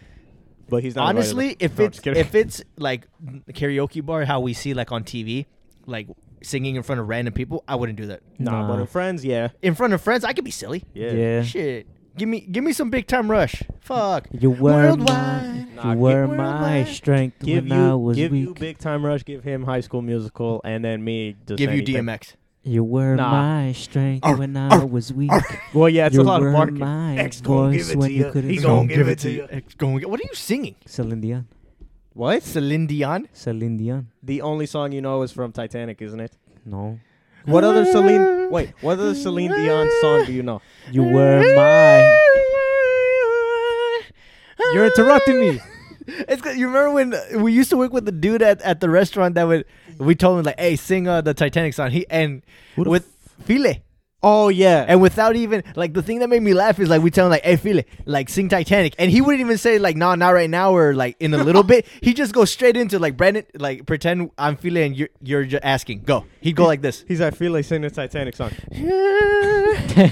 S3: But he's not invited.
S1: honestly, if
S3: No, I'm
S1: it's
S3: just kidding.
S1: if it's like a karaoke bar, how we see like on TV, like singing in front of random people, I wouldn't do that.
S3: nah, but
S2: Nah.
S3: in friends, yeah,
S1: In front of friends, I could be silly.
S3: yeah.
S2: Yeah.
S1: Shit. Give me, give me some big time rush. Fuck.
S2: You were my,
S1: Worldwide.
S3: Nah,
S2: you
S3: gi-
S2: were
S1: worldwide.
S2: my strength
S3: Give
S2: when I
S3: you,
S2: was
S3: give
S2: weak.
S3: you big time rush. Give him High School Musical, and then me. Just
S1: Give you
S3: anything.
S1: DMX.
S2: You were
S3: Nah.
S2: my strength
S1: Arr,
S2: when I
S1: arr,
S2: was weak.
S3: Well, yeah, it's
S2: you
S3: a lot
S2: were
S3: of barking.
S2: my
S3: X gonna give
S2: voice
S3: it
S2: when
S3: to
S2: you
S3: you.
S2: couldn't
S3: He
S2: sing.
S3: gonna give it to you.
S1: It's gonna get- What are you singing?
S2: Celine Dion.
S1: What? Celine Dion?
S2: Celine Dion.
S3: The only song you know is from Titanic, isn't it? <laughs>
S2: No.
S3: What other Celine? Wait, what other Celine Dion song do you know?
S2: You were my. You're interrupting me.
S1: <laughs> It's 'cause- you remember when uh, we used to work with the dude at, at the restaurant that would we told him like, "Hey, sing uh, the Titanic song." He and
S3: Who the
S1: with File
S3: Oh yeah,
S1: and without even like the thing that made me laugh is like we tell him like, "Hey, File, like sing Titanic," and he wouldn't even say like, "No, not right now," or like in
S2: <laughs>
S1: a little bit. He just goes straight into like Brandon, like pretend I'm File and you're you're just asking. Go. He'd go like this.
S3: he's I feel like singing the Titanic song. <laughs>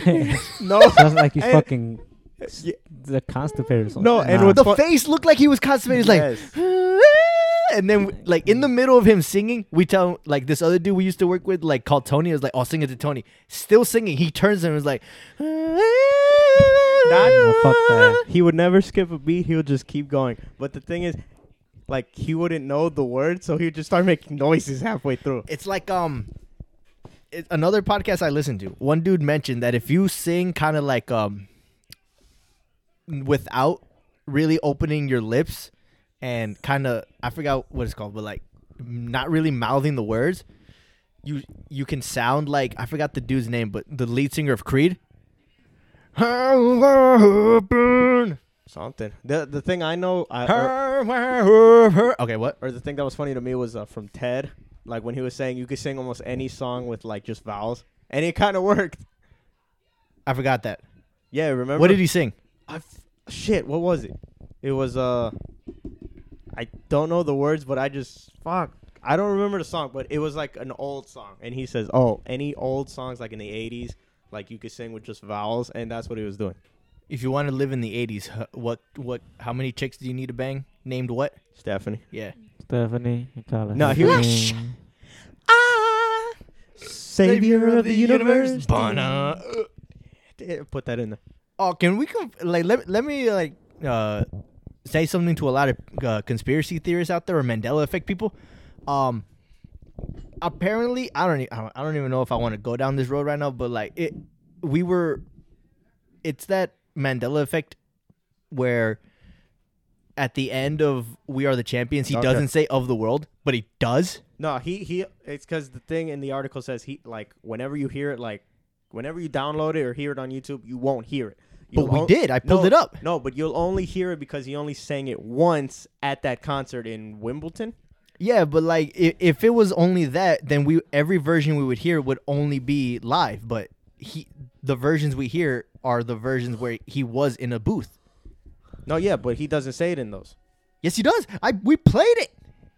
S2: Sounds
S3: No,
S2: like you
S3: And- <laughs>
S2: fucking.
S3: Yeah.
S2: The constipated or something.
S3: No, and
S2: Nah.
S3: with
S1: The
S3: Fu-
S1: face looked like he was constipated. He's
S3: Yes.
S1: like, and then like in the middle of him singing, we tell like this other dude we used to work with, like called Tony, is like, "Oh, sing it to Tony." Still singing, he turns and is like,
S3: Not-
S2: fuck that.
S3: He would never skip a beat. He would just keep going. But the thing is, like he wouldn't know the words, so he would just start making noises halfway through.
S1: It's like um, it, another podcast I listened to. One dude mentioned that if you sing kind of like um, without really opening your lips, and kind of I forgot what it's called, but like not really mouthing the words, you you can sound like I forgot the dude's name, but the lead singer of Creed. Okay,
S3: Something. The the thing I know, I, or,
S1: what?
S3: or the thing that was funny to me was uh, from Ted. Like when he was saying you could sing almost any song with like just vowels, and it kind of worked.
S1: I forgot that.
S3: Yeah, remember?
S1: What did he sing?
S3: I f- shit. What was it? It was uh, I don't know the words, but I just fuck. I don't remember the song, but it was like an old song, and he says, "Oh, any old songs like in the '80s, like you could sing with just vowels," and that's what he was doing.
S1: If you want to live in the '80s, h- what what? How many chicks do you need to bang? Named what?
S3: Stephanie. <laughs>
S1: Yeah.
S2: Stephanie. you call her
S3: No, he was-
S2: Stephanie.
S3: Ah, savior of the universe.
S1: Bana.
S3: Yeah, Put that in there.
S1: Oh, can we come? Like, let let me like uh say something to a lot of uh, conspiracy theorists out there or Mandela effect people. Um. Apparently, I don't, e- I don't. I don't even know if I want to go down this road right now. But like it, we were. It's that Mandela effect, where. At the end of We Are the Champions, he
S3: Okay.
S1: doesn't say of the world, but he does.
S3: No, he he. It's because the thing in the article says he like whenever you hear it, like whenever you download it or hear it on YouTube, you won't hear it.
S1: But
S3: You'll
S1: we
S3: on-
S1: did. I pulled
S3: No,
S1: it up.
S3: No, but you'll only hear it because he only sang it once at that concert in Wimbledon.
S1: Yeah, but like if, if it was only that, then we every version we would hear would only be live. But he, the versions we hear are the versions where he was in a booth.
S3: No, yeah, but he doesn't say it in those.
S1: Yes, he does. I we played it.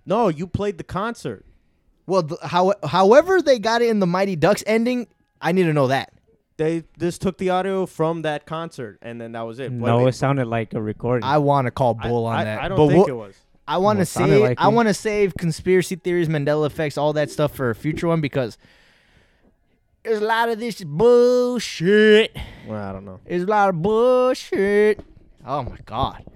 S3: No, you played the concert.
S1: Well, the, how however they got it in the Mighty Ducks ending, I need to know that.
S3: They just took the audio from from that concert, and then that was it. But
S2: No,
S3: it-
S2: it sounded like a recording.
S1: I want to call
S3: I,
S1: bull on
S3: I-
S1: that.
S3: I don't
S1: but
S3: think
S1: we'll-
S3: it was.
S1: I want to
S2: Well, sounded
S1: save.
S2: like
S1: I
S2: it.
S1: want to save conspiracy theories, Mandela effects, all that stuff for a future one because there's a lot of this bullshit.
S3: Well, I don't know.
S1: It's a lot of bullshit. Oh my god. <sighs>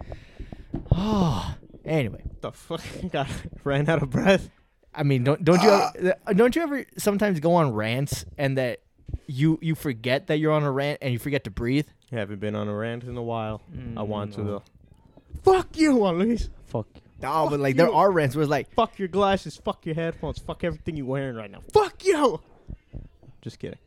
S1: Oh. Anyway,
S3: The fuck, <laughs> got ran out of breath.
S1: I mean, don't don't you ever, don't you ever sometimes go on rants and that you you forget that you're on a rant and you forget to breathe?
S3: Haven't been on a rant in a while. I
S1: Mm,
S3: want to
S2: no.
S3: though. Fuck you, Juan Luis.
S2: Fuck.
S1: No, but like
S3: you.
S1: there are rants where it's like,
S3: Fuck your glasses. Fuck your headphones. Fuck everything you're wearing right now. Fuck you. Just kidding.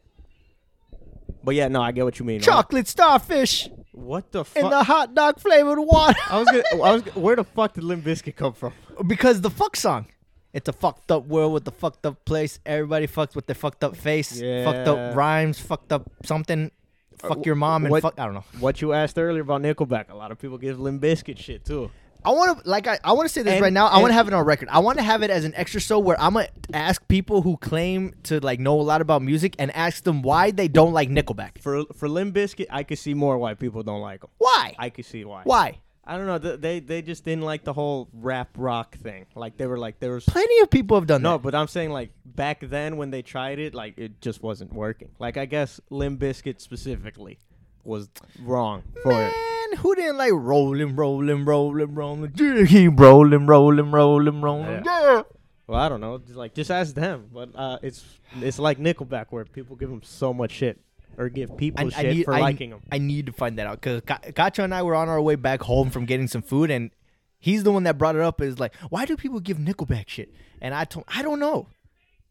S3: But yeah, no, I get what you mean.
S1: chocolate starfish
S3: What the
S1: in
S3: fuck?
S1: the hot dog flavored water.
S3: I was gonna. I was. gonna- Where the fuck did Limp Bizkit come from?
S1: <laughs> because the fuck song. It's a fucked up world with a fucked up place. Everybody fucks with their fucked up face, fucked
S3: Yeah.
S1: up rhymes, fucked up something. Fuck your mom and
S3: what-
S1: fuck I don't know.
S3: What you asked earlier about Nickelback. A lot of people give Limp Bizkit shit too.
S1: I want to like I, I want to say this
S3: And-
S1: right now. I want
S3: and-
S1: to have it on record. I want to have it as an extra show where I'm gonna ask people who claim to like know a lot about music and ask them why they don't like Nickelback.
S3: For for Limp Bizkit, I could see more why people don't like them.
S1: Why?
S3: I could see why.
S1: why?
S3: I don't know. th- They they just didn't like the whole rap rock thing. Like they were like there was
S1: Plenty of people have done
S3: No,
S1: that.
S3: but I'm saying like back then when they tried it, like it just wasn't working. Like I guess Limb Biscuit specifically was wrong for it.
S1: Man, who didn't like rolling, rolling, rolling, rolling, jiggy, rolling, rolling, rolling, rolling? Yeah.
S3: Well, I don't know. Just, like just ask them. But uh, it's it's like Nickelback where people give them so much shit or give people
S1: I,
S3: shit
S1: I need
S3: for
S1: I,
S3: liking them.
S1: I need to find that out because Gacha and I were on our way back home from getting some food, and he's the one that brought it up. Is like, why do people give Nickelback shit? And I told, I don't know,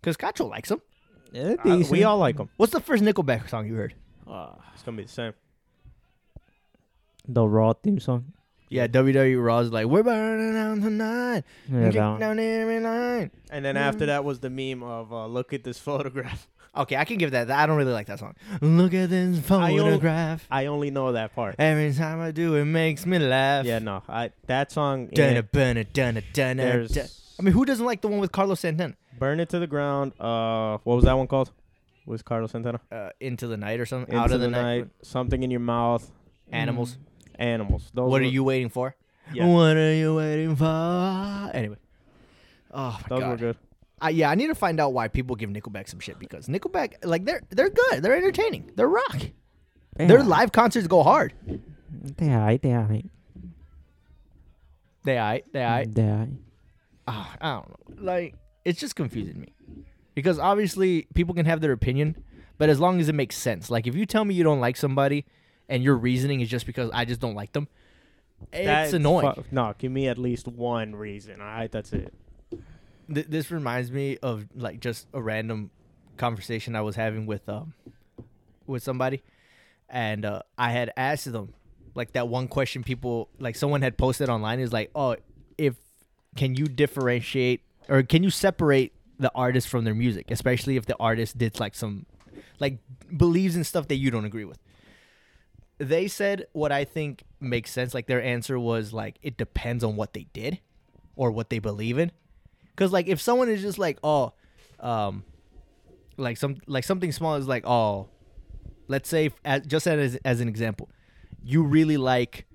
S1: because Gacho likes him. Uh,
S3: we all like them.
S1: What's the first Nickelback song you heard? Ah.
S3: It's gonna be the same.
S2: the raw theme song.
S1: Yeah, WWE Raw's like, we're burning down tonight.
S2: Yeah,
S1: Kick
S2: that one.
S1: down every line.
S3: And then after that was the meme of uh, look at this <laughs> photograph.
S1: Okay, I can give that. I don't really like that song. Look at this
S3: only-
S1: photograph.
S3: I only know that part.
S1: Every time I do, it makes me laugh.
S3: Yeah, no, I that song.
S1: Dunna,
S3: yeah,
S1: bunna, dunna, dunna,
S3: there's
S1: dun- I mean, who doesn't like the one with Carlos Santana?
S3: burn it to the ground. Uh, what was that one called? Was Carlos Santana?
S1: Uh, Into the night or something.
S3: Into
S1: Out of the, night.
S3: something in your mouth,
S1: Animals.
S3: animals. Those
S1: What are
S3: were-
S1: you waiting for?
S3: Yeah.
S1: What are you waiting for? Anyway, Oh my
S3: Those
S1: god.
S3: were good.
S1: I, yeah, I need to find out why people give Nickelback some shit because Nickelback, like they're they're good, they're entertaining, they're rock, their live concerts go hard.
S2: They alright. They alright.
S1: They I they
S3: Mm.
S1: I
S2: They alright.
S1: ah, I don't know. Like it's just confusing me because obviously people can have their opinion, but as long as it makes sense. Like if you tell me you don't like somebody, and your reasoning is just because I just don't like them, it's
S3: That's
S1: annoying.
S3: fu- no, give me at least one reason. All right, that's it.
S1: Th- this reminds me of like just a random conversation I was having with um with somebody, and uh, I had asked them like that one question people like someone had posted online is like, oh, if can you differentiate or can you separate the artist from their music, especially if the artist did like some like believes in stuff that you don't agree with. They said what I think makes sense. Like their answer was like it depends on what they did or what they believe in. Cause like if someone is just like oh, um, like some like something small is like oh, let's say as, just as as an example, you really like,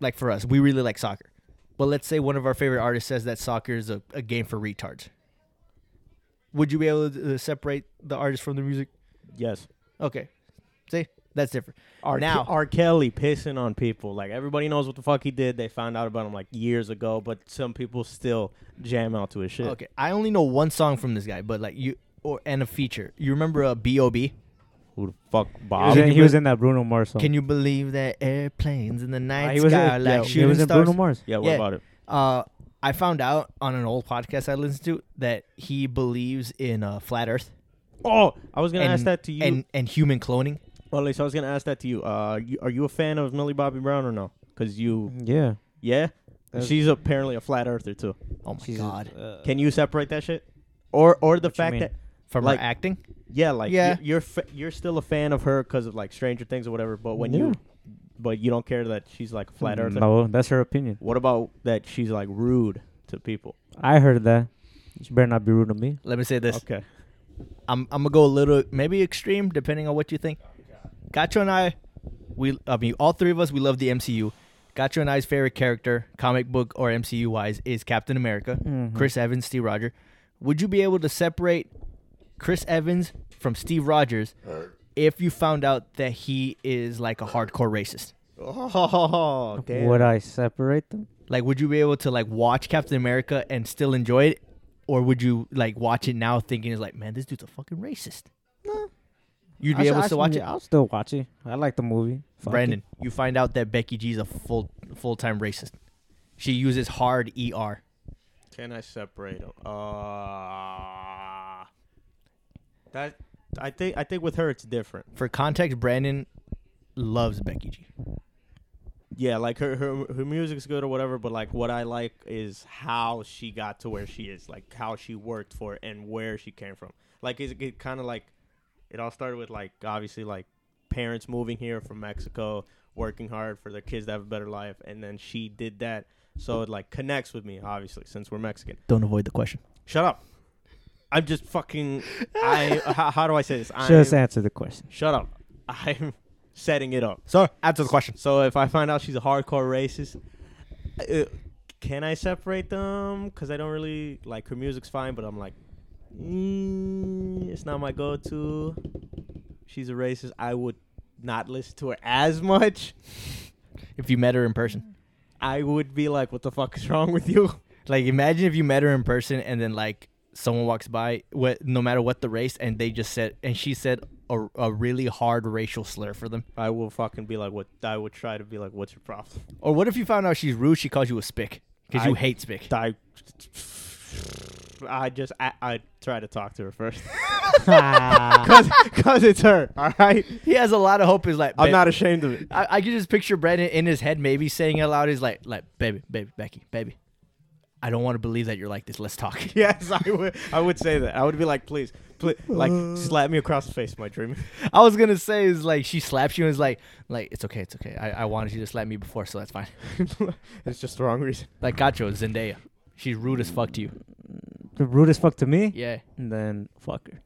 S1: like for us we really like soccer, but let's say one of our favorite artists says that soccer is a, a game for retards. Would you be able to uh, separate the artist from the music?
S3: Yes.
S1: Okay, see that's different.
S3: R.
S1: Now-
S3: Now, R. Kelly pissing on people. Like everybody knows what the fuck he did. They found out about him like years ago, but some people still jam out to his shit.
S1: Okay, I only know one song from this guy, but like you or and a feature. You remember a B O B?
S3: Who the fuck,
S2: He was
S3: Bob?
S2: in- He was in that Bruno Mars song.
S1: Can you believe that airplanes in the night
S2: Uh, he was in,
S1: sky are like
S2: yeah, he
S1: shooting
S2: was in
S1: stars?
S2: Bruno Mars.
S3: Yeah, what
S1: Yeah.
S3: about it?
S1: Uh, I found out on an old podcast I listened to that he believes in uh, flat Earth
S3: Oh, I was gonna
S1: and,
S3: ask that to you.
S1: and and human cloning.
S3: well, at least I was gonna ask that to you. Uh, you, are you a fan of Millie Bobby Brown or no? Because you,
S2: Yeah.
S3: yeah,
S2: Mm-hmm. That's-
S3: she's apparently a flat earther too.
S1: Oh my
S2: She's a-
S1: god!
S2: uh,
S3: Can you separate that shit? Or, or the
S2: What you
S3: fact
S2: mean?
S3: that
S1: From
S3: like-
S1: her acting,
S3: Yeah, like
S1: Yeah.
S3: yeah. you're fa- you're still a fan of her because of like Stranger Things or whatever. But when
S2: Yeah. Mm,
S3: you, but you don't care that she's like a flat earther.
S2: No, that's her opinion.
S3: What about that she's like rude to people?
S2: I heard that. She better not be rude to me.
S1: let me say this.
S3: Okay,
S2: <laughs>
S1: I'm I'm gonna go a little maybe extreme depending on what you think. Gacho and I, we I mean all three of us we love the MCU. Gacho and I's favorite character, comic book or MCU wise, is Captain America,
S2: Mhm.
S1: Chris Evans, Steve Rogers. Would you be able to separate Chris Evans from Steve Rogers if you found out that he is like a hardcore racist?
S3: Oh, damn.
S2: Would I separate them?
S1: Like, would you be able to like watch Captain America and still enjoy it, or would you like watch it now thinking it's like, man, this dude's a fucking racist?
S2: No.
S1: You'd be
S2: I
S1: able
S2: should-
S1: to
S2: I
S1: watch
S2: should-
S1: it.
S2: I'll still watch it. I like the movie. Fuck it.
S1: Brandon, you find out that Becky G is a full full time racist. She uses hard ER.
S3: Can I separate them? Uh, that I think I think with her it's different.
S1: For context, Brandon loves Becky G.
S3: Yeah, like her her her music's good or whatever. But like what I like is how she got to where she is, like how she worked for it and where she came from. Like it, it kind of like it all started with like obviously like parents moving here from Mexico, working hard for their kids to have a better life, and then she did that. So it like connects with me, obviously, since we're Mexican.
S1: Don't avoid the question.
S3: Shut up. I'm just fucking. I how, how do I say this? I'm,
S2: Just answer the question. <laughs>
S3: shut up. I'm <laughs> setting it up.
S1: Sir, answer the question.
S3: So if I find out she's a hardcore racist, uh, can I separate them? Because I don't really like her music's fine, but I'm like, mm, it's not my go-to. She's a racist. I would not listen to her as much.
S1: If you met her in person,
S3: I would be like, what the fuck is wrong with you? <laughs>
S1: like imagine if you met her in person and then like someone walks by, what no matter what the race, and they just said and she said a, a really hard racial slur for them.
S3: I will fucking be like, what? I would try to be like, what's your problem?
S1: Or what if you found out she's rude? She calls you a spick because you
S3: I-
S1: hate spick.
S3: I, I just I, I try to talk to
S1: <laughs>
S3: her first, <laughs> cause, 'cause it's her. All right,
S1: He has a lot of hope. Is like
S3: I'm
S1: "Babe,
S3: not ashamed of it.
S1: I, I can just picture Brandon in his head maybe saying out loud, he's like, like, baby, baby, Becky, baby, I don't want to believe that you're like this. Let's talk.
S3: <laughs> Yes, I would. I would say that. I would be like, please, please, like slap me across the face, my dream.
S1: <laughs>
S3: <laughs>
S1: I was gonna say is like she slaps you and is like, like, it's okay, it's okay. I, I wanted you to slap me before, so that's fine. <laughs>
S3: it's just the wrong reason. <laughs>
S1: Like Gacho, Zendaya. She's rude as fuck to you.
S2: The rude as fuck to me.
S1: Yeah.
S2: And then fuck her.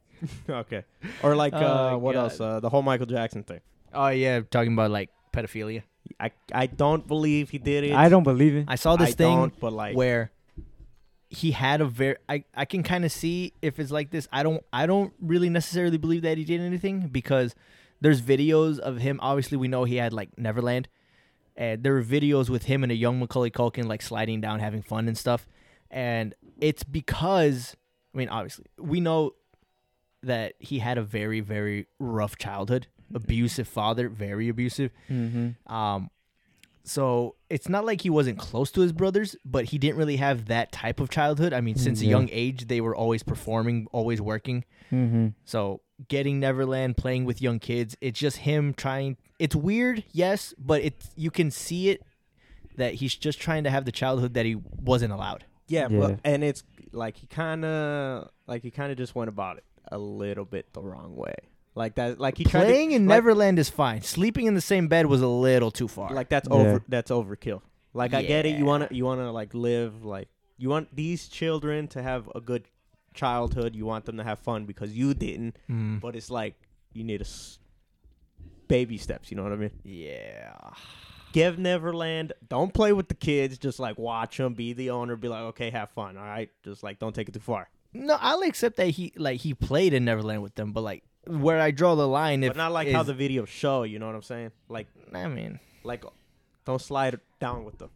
S3: Okay. Or like, uh,
S1: Oh,
S3: what
S1: God.
S3: else? Uh, the whole Michael Jackson thing.
S1: Oh yeah, talking about like pedophilia.
S3: I I don't believe he did it.
S2: I don't believe it.
S1: I saw this
S3: I
S1: thing
S3: don't, but like,
S1: where he had a very I, I can kind of see if it's like this. I don't I don't really necessarily believe that he did anything because there's videos of him. Obviously, we know he had like Neverland, and there were videos with him and a young Macaulay Culkin like sliding down, having fun and stuff. And it's because I mean, obviously, we know that he had a very very rough childhood, abusive father, very abusive.
S2: Mm-hmm.
S1: Um, so it's not like he wasn't close to his brothers, but he didn't really have that type of childhood. I mean, since a
S2: Yeah.
S1: young age, they were always performing, always working.
S2: Mm-hmm.
S1: So getting Neverland, playing with young kids, it's just him trying. It's weird, yes, but it's you can see it that he's just trying to have the childhood that he wasn't allowed.
S3: Yeah,
S2: Yeah.
S3: But, and it's like he kind of like he kind of just went about it a little bit the wrong way. Like that, like he tried to-
S1: playing in
S3: like,
S1: Neverland is fine. Sleeping in the same bed was a little too far.
S3: like that's
S2: Yeah.
S3: over that's overkill like i get it
S1: Yeah.
S3: you want to you want to like live like you want these children to have a good childhood you want them to have fun because you didn't
S1: Mm.
S3: but it's like you need a s- baby steps you know what i mean
S1: yeah,
S3: give neverland don't play with the kids just like watch them be the owner be like okay have fun all right just like don't take it too far
S1: no, I'll accept that he like he played in Neverland with them, but like where I draw the line, if
S3: but not like how
S1: is-
S3: the videos show you know what i'm saying like
S1: I mean,
S3: like don't slide down with them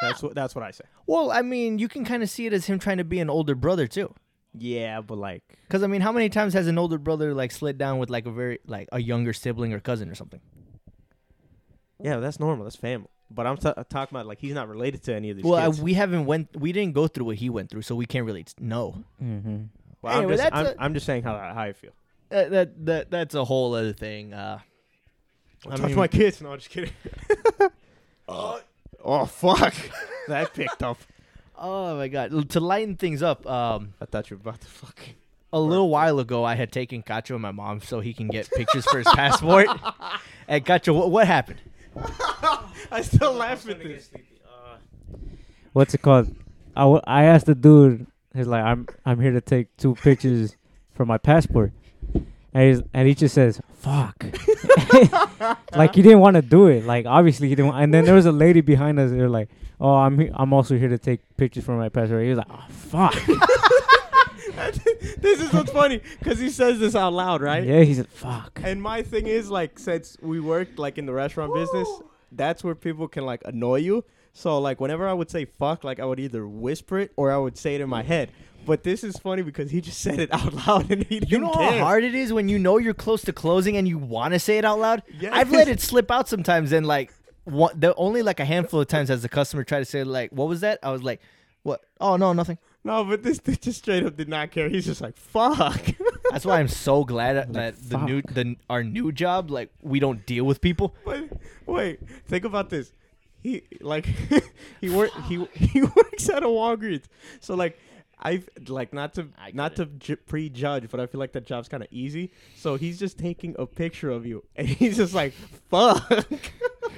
S3: that's what that's what i say
S1: well, I mean, you can kind of see it as him trying to be an older brother too.
S3: yeah but like
S1: Because I mean, how many times has an older brother like slid down with like a very like a younger sibling or cousin or something?
S3: Yeah, that's normal. That's family. But I'm t- talking about like he's not related to any of these.
S1: Well, I,
S3: kids.
S1: we haven't went, we didn't go through what he went through, so we can't really t- know.
S2: Mm-hmm.
S3: Well,
S1: anyway,
S3: I'm just
S1: that's
S3: I'm,
S1: a-
S3: I'm just saying how how I feel.
S1: That, Uh, that that that's a whole other thing. Uh,
S3: I touch my kids. No, I'm just <laughs> kidding. oh, <laughs> oh fuck, <laughs> that picked up.
S1: oh my god! L- To lighten things up, um,
S3: I thought you were about to fucking.
S1: a little while ago, I had taken Cacho and my mom so he can get pictures for his <laughs> passport. and Cacho, what, what happened?
S3: <laughs> I still laugh at this.
S2: What's it called? I, w- I asked the dude. He's like, I'm I'm here to take two pictures for my passport, and he's and he just says, "Fuck." <laughs> like he didn't want to do it. Like obviously he didn't. Want, and then there was a lady behind us. They were like, "Oh, I'm he- I'm also here to take pictures for my passport." He was like, "Oh, fuck."
S3: this is what's funny because he says this out loud, right?
S2: Yeah, he said, "Fuck." <laughs>
S3: And my thing is like since we worked like in the restaurant business, that's where people can like annoy you. So like whenever I would say fuck, like I would either whisper it or I would say it in my head. But this is funny because he just <laughs> said it out loud and he didn't
S1: You know how
S3: care.
S1: hard it is when you know you're close to closing and you want to say it out loud.
S3: Yes.
S1: I've let it slip out sometimes, and like one, the only like a handful of times has the customer try to say like, "What was that?" I was like, "What? Oh no, nothing."
S3: No, but this dude just straight up did not care. He's just like fuck.
S1: That's why I'm so glad that the new
S2: fuck.
S1: the our new job like we don't deal with people.
S3: But wait, think about this. He like <laughs> he work he he <laughs> works at a Walgreens. So like I've like not to
S1: I get
S3: not
S1: it.
S3: to j- prejudge, but I feel like that job's kind of easy. So he's just taking a picture of you, <laughs> and he's just like, "Fuck." <laughs>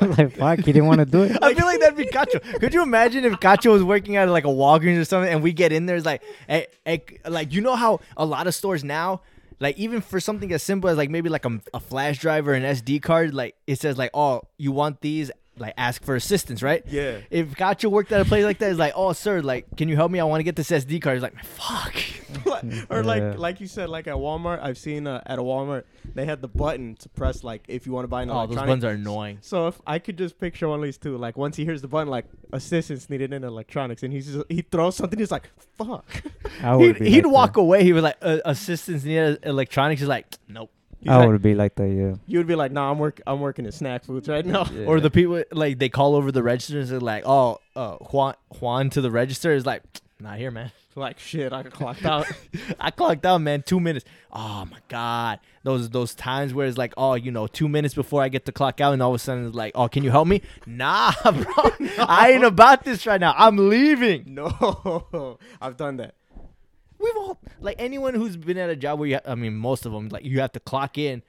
S2: like, fuck. He didn't want to do it.
S1: I feel <laughs> like that'd be Cacho. Could you imagine if Cacho was working out of like a Walgreens or something, and we get in there, it's like, eh, eh, like you know how a lot of stores now, like even for something as simple as like maybe like a, a flash drive or an SD card, like it says like, oh, you want these. Like ask for assistance, right?
S3: Yeah.
S1: If Gacho worked at a place like that, it's like, oh, sir, like, can you help me? I want to get this SD card. He's like, fuck.
S3: or
S2: Yeah.
S3: like like you said, like at Walmart, I've seen uh, at a Walmart they had the button to press like if you want to buy an
S1: Oh, those
S3: electronic.
S1: buttons are annoying.
S3: So if I could just picture one of these two, like once he hears the button, like assistance needed in electronics, and he's just, he throws something, he's like, "Fuck." <laughs>
S2: I would.
S1: He'd,
S2: be
S1: he'd
S2: like
S1: walk away. He was like, uh, assistance needed electronics. He's like, nope.
S2: That.
S3: He's
S2: I
S3: like,
S2: would be like that. Yeah.
S3: you would be like, "Nah, I'm work, I'm working at snack foods right now."
S1: Or the people like they call over the register and they're like, "Oh, uh, Juan, Juan to the register is like, not here, man. <laughs>
S3: like shit, I clocked out. <laughs>
S1: I clocked out, man. Two minutes. Oh my god, those those times where it's like, oh, you know, two minutes before I get to clock out, and all of a sudden it's like, oh, can you help me? Nah, <laughs> bro, I ain't about this right now. I'm leaving.
S3: no, <laughs> I've done that.
S1: We've all like anyone who's been at a job where you, I mean, most of them like you have to clock in,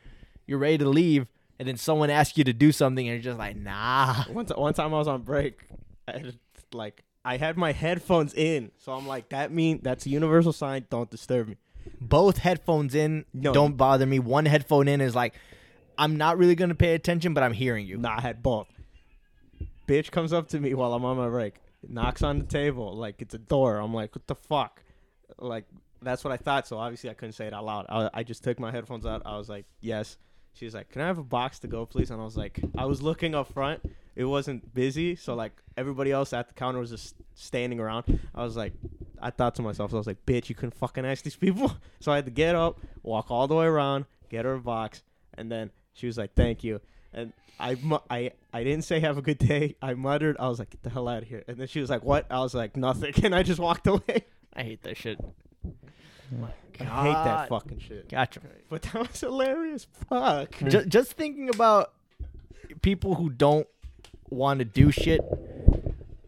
S1: you're ready to leave, and then someone asks you to do something, and you're just like, nah.
S3: One, t- one time I was on break, and like I had my headphones in, so I'm like, "That mean that's a universal sign. Don't disturb me."
S1: both headphones in
S3: No.
S1: don't bother me one headphone in is like i'm not really gonna pay attention but i'm hearing you
S3: Nah, I had both. Bitch comes up to me while I'm on my break. knocks on the table like it's a door. I'm like, what the fuck? Like that's what I thought. So obviously I couldn't say it out loud. I, I just took my headphones out. I was like, yes. She's like, can I have a box to go, please? And I was like, I was looking up front. It wasn't busy, so like everybody else at the counter was just standing around. I was like, I thought to myself, I was like, bitch, you couldn't fucking ask these people. <laughs> So I had to get up, walk all the way around, get her a box, and then she was like, thank you. And I, mu- I, I didn't say have a good day. I muttered. I was like, get the hell out of here. And then she was like, what? I was like, nothing. <laughs> And I just walked away.
S1: I hate that shit.
S3: I hate
S1: God.
S3: that fucking shit.
S1: Gotcha.
S3: But that was hilarious. Fuck.
S1: just, just thinking about people who don't want to do shit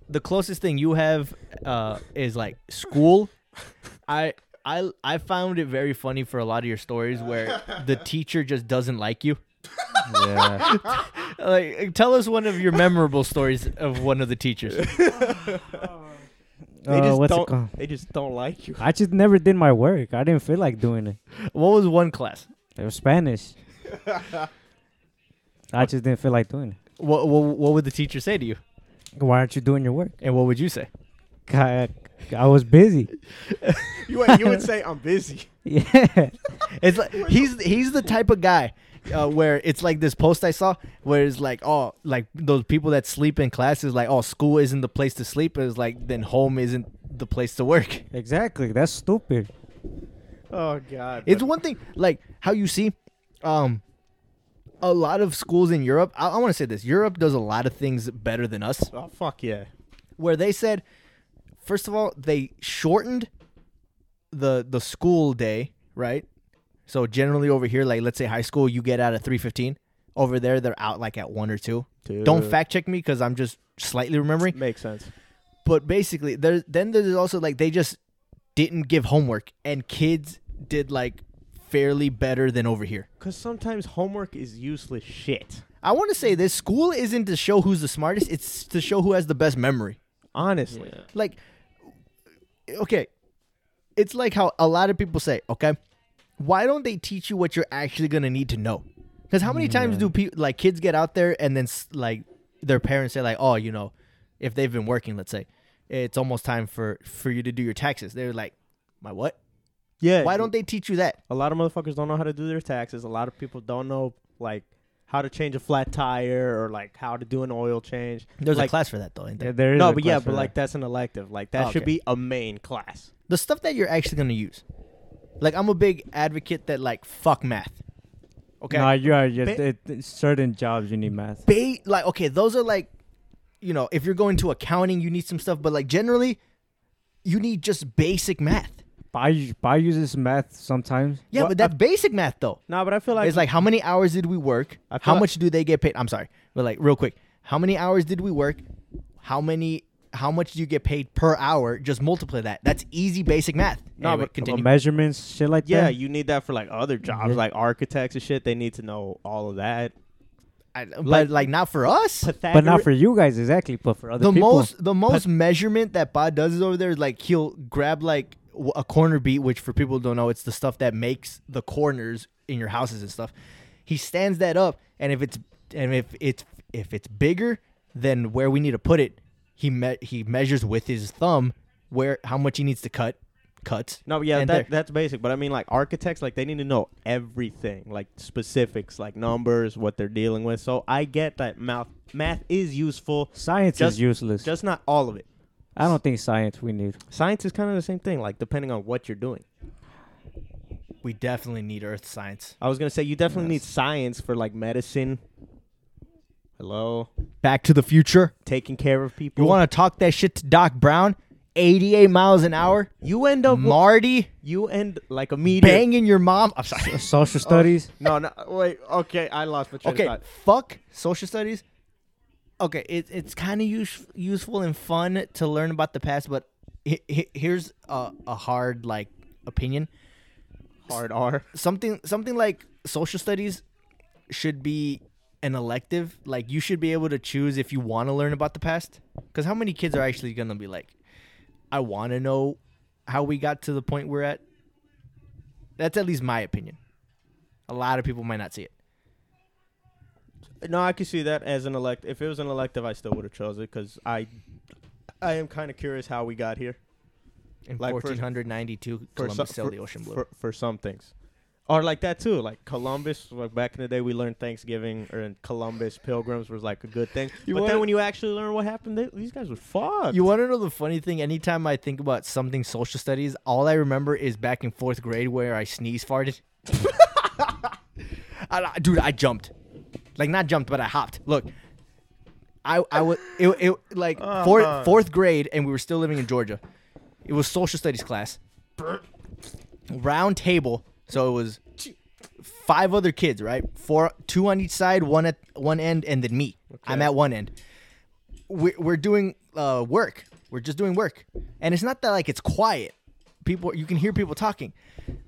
S1: the closest thing you have uh, is like school i i i found it very funny for a lot of your stories where the teacher just doesn't like you
S2: yeah.
S1: like tell us one of your memorable stories of one of the teachers
S3: They
S2: Uh,
S3: just
S2: what's it called?
S3: don't. They just don't like you.
S2: I just never did my work. I didn't feel like doing it.
S1: what was one class
S2: It was Spanish. I just didn't feel like doing it.
S1: what, what what would the teacher say to you
S2: Why aren't you doing your work?
S1: and what would you say
S2: I, I was busy.
S3: <laughs>
S2: <laughs>
S3: You would, you would say I'm busy.
S2: Yeah.
S1: It's like he's he's the type of guy uh, where it's like this post I saw where it's like oh like those people that sleep in classes like oh school isn't the place to sleep it's like then home isn't the place to work. <laughs>
S2: Exactly. That's stupid.
S3: <laughs> Oh God.
S1: It's one thing like how you see, um, a lot of schools in Europe. I, I want to say this: Europe does a lot of things better than us.
S3: oh fuck yeah.
S1: Where they said, first of all, they shortened the the school day, right? So generally over here, like let's say high school, you get out at three fifteen. Over there, they're out like at one or two. Don't
S3: Dude.
S1: fact check me because I'm just slightly remembering.
S3: Makes sense.
S1: But basically, there then there's also like they just didn't give homework, and kids did like fairly better than over here.
S3: Cause sometimes homework is useless shit.
S1: I want to say this: school isn't to show who's the smartest; it's to show who has the best memory.
S3: Honestly.
S1: like okay it's like how a lot of people say okay why don't they teach you what you're actually going to need to know because how many times do people like kids get out there and then s- like their parents say like oh you know if they've been working let's say it's almost time for for you to do your taxes they're like my what
S3: Yeah.
S1: why don't they teach you that
S3: a lot of motherfuckers don't know how to do their taxes. A lot of people don't know like how to change a flat tire or like how to do an oil change.
S1: there's
S3: like,
S1: a class for that though ain't there?
S2: Yeah, there is
S3: No,
S2: a
S3: but yeah,
S2: class for
S3: but
S2: that.
S3: like that's an elective. Like that should
S1: Oh, Okay.
S3: be a main class.
S1: the stuff that you're actually going to use like i'm a big advocate that like fuck math okay
S2: No, you are. You,
S1: Ba-
S2: it, it's certain jobs you need math.
S1: ba- like okay, those are like you know, if you're going to accounting, you need some stuff, but like generally you need just basic math.
S2: But I, us- but I use this math sometimes.
S1: Yeah,
S3: Well,
S1: but that basic math though.
S3: No, but I feel like
S1: it's like how many hours did we work?
S3: I feel
S1: How
S3: like-
S1: much do they get paid? I'm sorry. But like real quick, how many hours did we work? How many how much do you get paid per hour? Just multiply that. That's easy basic math.
S3: No,
S1: Anyway,
S3: but-
S2: Or
S1: continue.
S2: measurements, shit like
S3: yeah,
S2: that.
S3: you need that for like other jobs, like architects and shit. They need to know all of that.
S1: I- but like not for us.
S2: but not for you guys exactly. But for other
S1: the
S2: people.
S1: most the most measurement that Bod does is over there is like he'll grab like w- a corner beat, which for people who don't know, it's the stuff that makes the corners in your houses and stuff. He stands that up, and if it's and if it's if it's bigger than where we need to put it, he me- he measures with his thumb where how much he needs to cut cuts.
S3: No, but yeah,
S1: and
S3: that,
S1: there.
S3: that's basic. But I mean, like architects, like they need to know everything, like specifics, like numbers, what they're dealing with. So I get that math math is useful,
S2: Science
S3: Just-
S2: is useless.
S3: just not all of it.
S2: I don't think science we need.
S3: Science is kind of the same thing, like depending on what you're doing.
S1: we definitely need earth science.
S3: I was gonna say you definitely need science for like medicine. Hello,
S1: Back to the future.
S3: taking care of people.
S1: You want to talk that shit to Doc Brown? 88 miles an hour.
S3: you end up
S1: Marty
S3: you end like a meteor.
S1: banging your mom. I'm sorry.
S2: Social
S3: Oh,
S2: studies.
S3: No, no, wait. Okay, I lost my train
S1: Okay,
S3: of thought.
S1: fuck social studies. Okay, it, it's kind of use, useful and fun to learn about the past, but he, he- here's a, a hard like opinion.
S3: Hard R.
S1: Something something like social studies should be an elective. Like you should be able to choose if you want to learn about the past. Because how many kids are actually gonna be like, I want to know how we got to the point we're at. That's at least my opinion. A lot of people might not see it.
S3: No, I could see that as an elect. If it was an elective, I still would have chose it because I I am kind of curious how we got here
S1: In
S3: Like, for-
S1: 1492,
S3: for
S1: Columbus
S3: so-
S1: sailed the ocean blue.
S3: for, for some things. Or like that too, like Columbus. Like back in the day, we learned Thanksgiving or in Columbus Pilgrims was like a good thing.
S1: You
S3: but then
S1: wanna-
S3: when you actually learn what happened, they, these guys were fucked.
S1: you want to know the funny thing? Anytime I think about something social studies, all I remember is back in fourth grade where I sneeze farted. <laughs> I- I- dude, I jumped, like not jumped, but I hopped. Look, I I was it, it like
S3: Uh-huh.
S1: fourth fourth grade, and we were still living in Georgia. It was social studies class, round table. So it was five other kids, right? Four, two on each side, one at one end, and then me. I'm
S3: Okay.
S1: at one end. We're, we're doing uh, work. We're just doing work, and it's not that like it's quiet. People, you can hear people talking,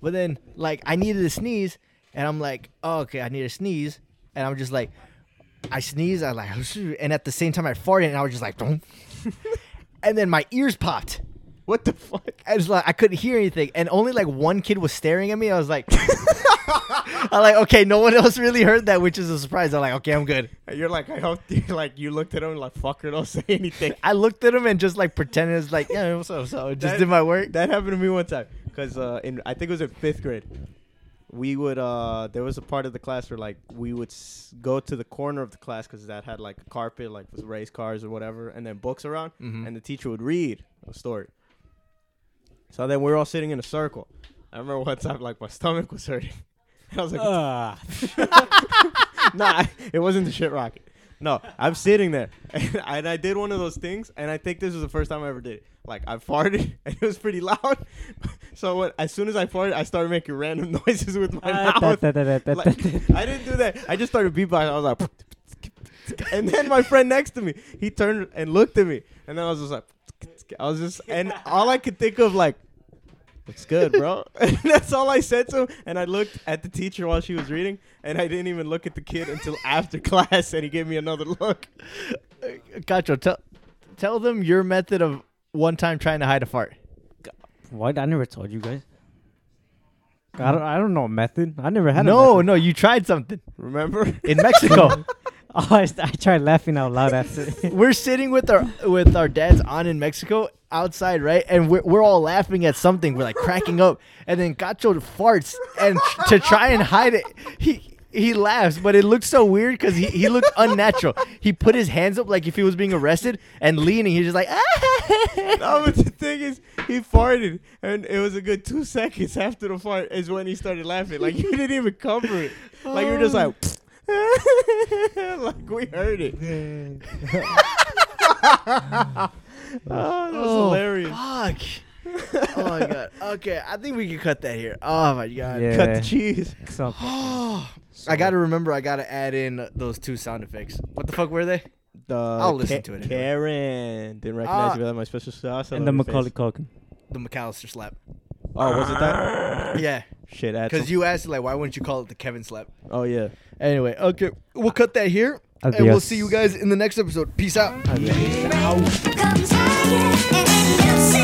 S1: but then like I needed a sneeze, and I'm like, oh, okay, I need a sneeze, and I'm just like, I sneeze, I like, <laughs> and at the same time I farted, and I was just like, and then my ears popped.
S3: what the fuck?
S1: I was like, I couldn't hear anything, and only like one kid was staring at me. I was like, <laughs> I'm like, okay, no one else really heard that, which is a surprise. I'm like, okay, I'm good.
S3: And You're like, I hope. <laughs> like you looked at him like fucker, don't say <laughs> anything.
S1: I looked at him and just like pretended it's like, yeah, what's up, what's up? Just
S3: That-
S1: did my work.
S3: That happened to me one time because uh, in I think it was in fifth grade. We would uh, there was a part of the class where like we would s- go to the corner of the class because that had like a carpet, like with race cars or whatever, and then books around,
S1: Mhm.
S3: and the teacher would read a story. So then we were all sitting in a circle. I remember one time like my stomach was hurting. <laughs> I was like,
S2: Ah.
S3: <laughs> nah, it wasn't the shit rocket. No, I'm sitting there, <laughs> and I, and I did one of those things, and I think this was the first time I ever did it. Like I farted, <laughs> and it was pretty loud. <laughs> So what, as soon as I farted, I started making random <laughs> noises with my
S2: Ah, da,
S3: mouth.
S2: da, da, da, <laughs> da,
S3: Like,
S2: da, da.
S3: <laughs> I didn't do that. I just started beatboxing. I was like, <laughs> and then my friend next to me, he turned and looked at me, and then I was just like, <laughs> I was just, and all I could think of like, it's good, bro. <laughs> and that's all I said to him. And I looked at the teacher while she was reading, and I didn't even look at the kid until after <laughs> class, and he gave me another look.
S1: Cacho, tell tell them your method of one time trying to hide a fart.
S2: What? I never told you guys. I don't. I don't know a method. I never had.
S1: No,
S2: a method.
S1: no, you tried something
S3: Remember? <laughs>
S1: in Mexico.
S2: Oh, <laughs> I, st- I tried laughing out loud after. <laughs>
S1: we're sitting with our with our dads on in Mexico outside, right? And we're, we're all laughing at something. We're like cracking up, and then Cacho farts, and tr- to try and hide it, he. He laughs, but it looked so weird because he, he looked unnatural. He put his hands up like if he was being arrested and leaning. He's just like, ah.
S3: no, <laughs> but the thing is, he farted, and it was a good two seconds after the fart is when he started laughing. Like you didn't even cover it. Like you were just like, <laughs> like we heard it. <laughs> oh, that was
S1: Oh,
S3: hilarious.
S1: Fuck. oh
S3: <laughs>
S1: my god. Okay, I think we can cut that here. Oh my god.
S2: Yeah.
S3: Cut the cheese.
S2: so,
S1: I gotta remember. I gotta add in those two sound effects. What the fuck were they?
S3: The
S1: I'll listen to it anyway.
S3: Karen didn't recognize
S1: Ah.
S3: you. That's my special sauce. I
S2: and the
S3: love your
S2: Macaulay
S3: face.
S2: Culkin.
S1: The McAllister slap.
S3: Oh, was it that?
S1: Yeah,
S3: Shit, that's.
S1: because you asked like, why wouldn't you call it the Kevin slap?
S3: oh yeah.
S1: Anyway, okay, we'll cut that here, and we'll
S2: Adios.
S1: see you guys in the next episode. Peace out.
S4: comes higher and you'll see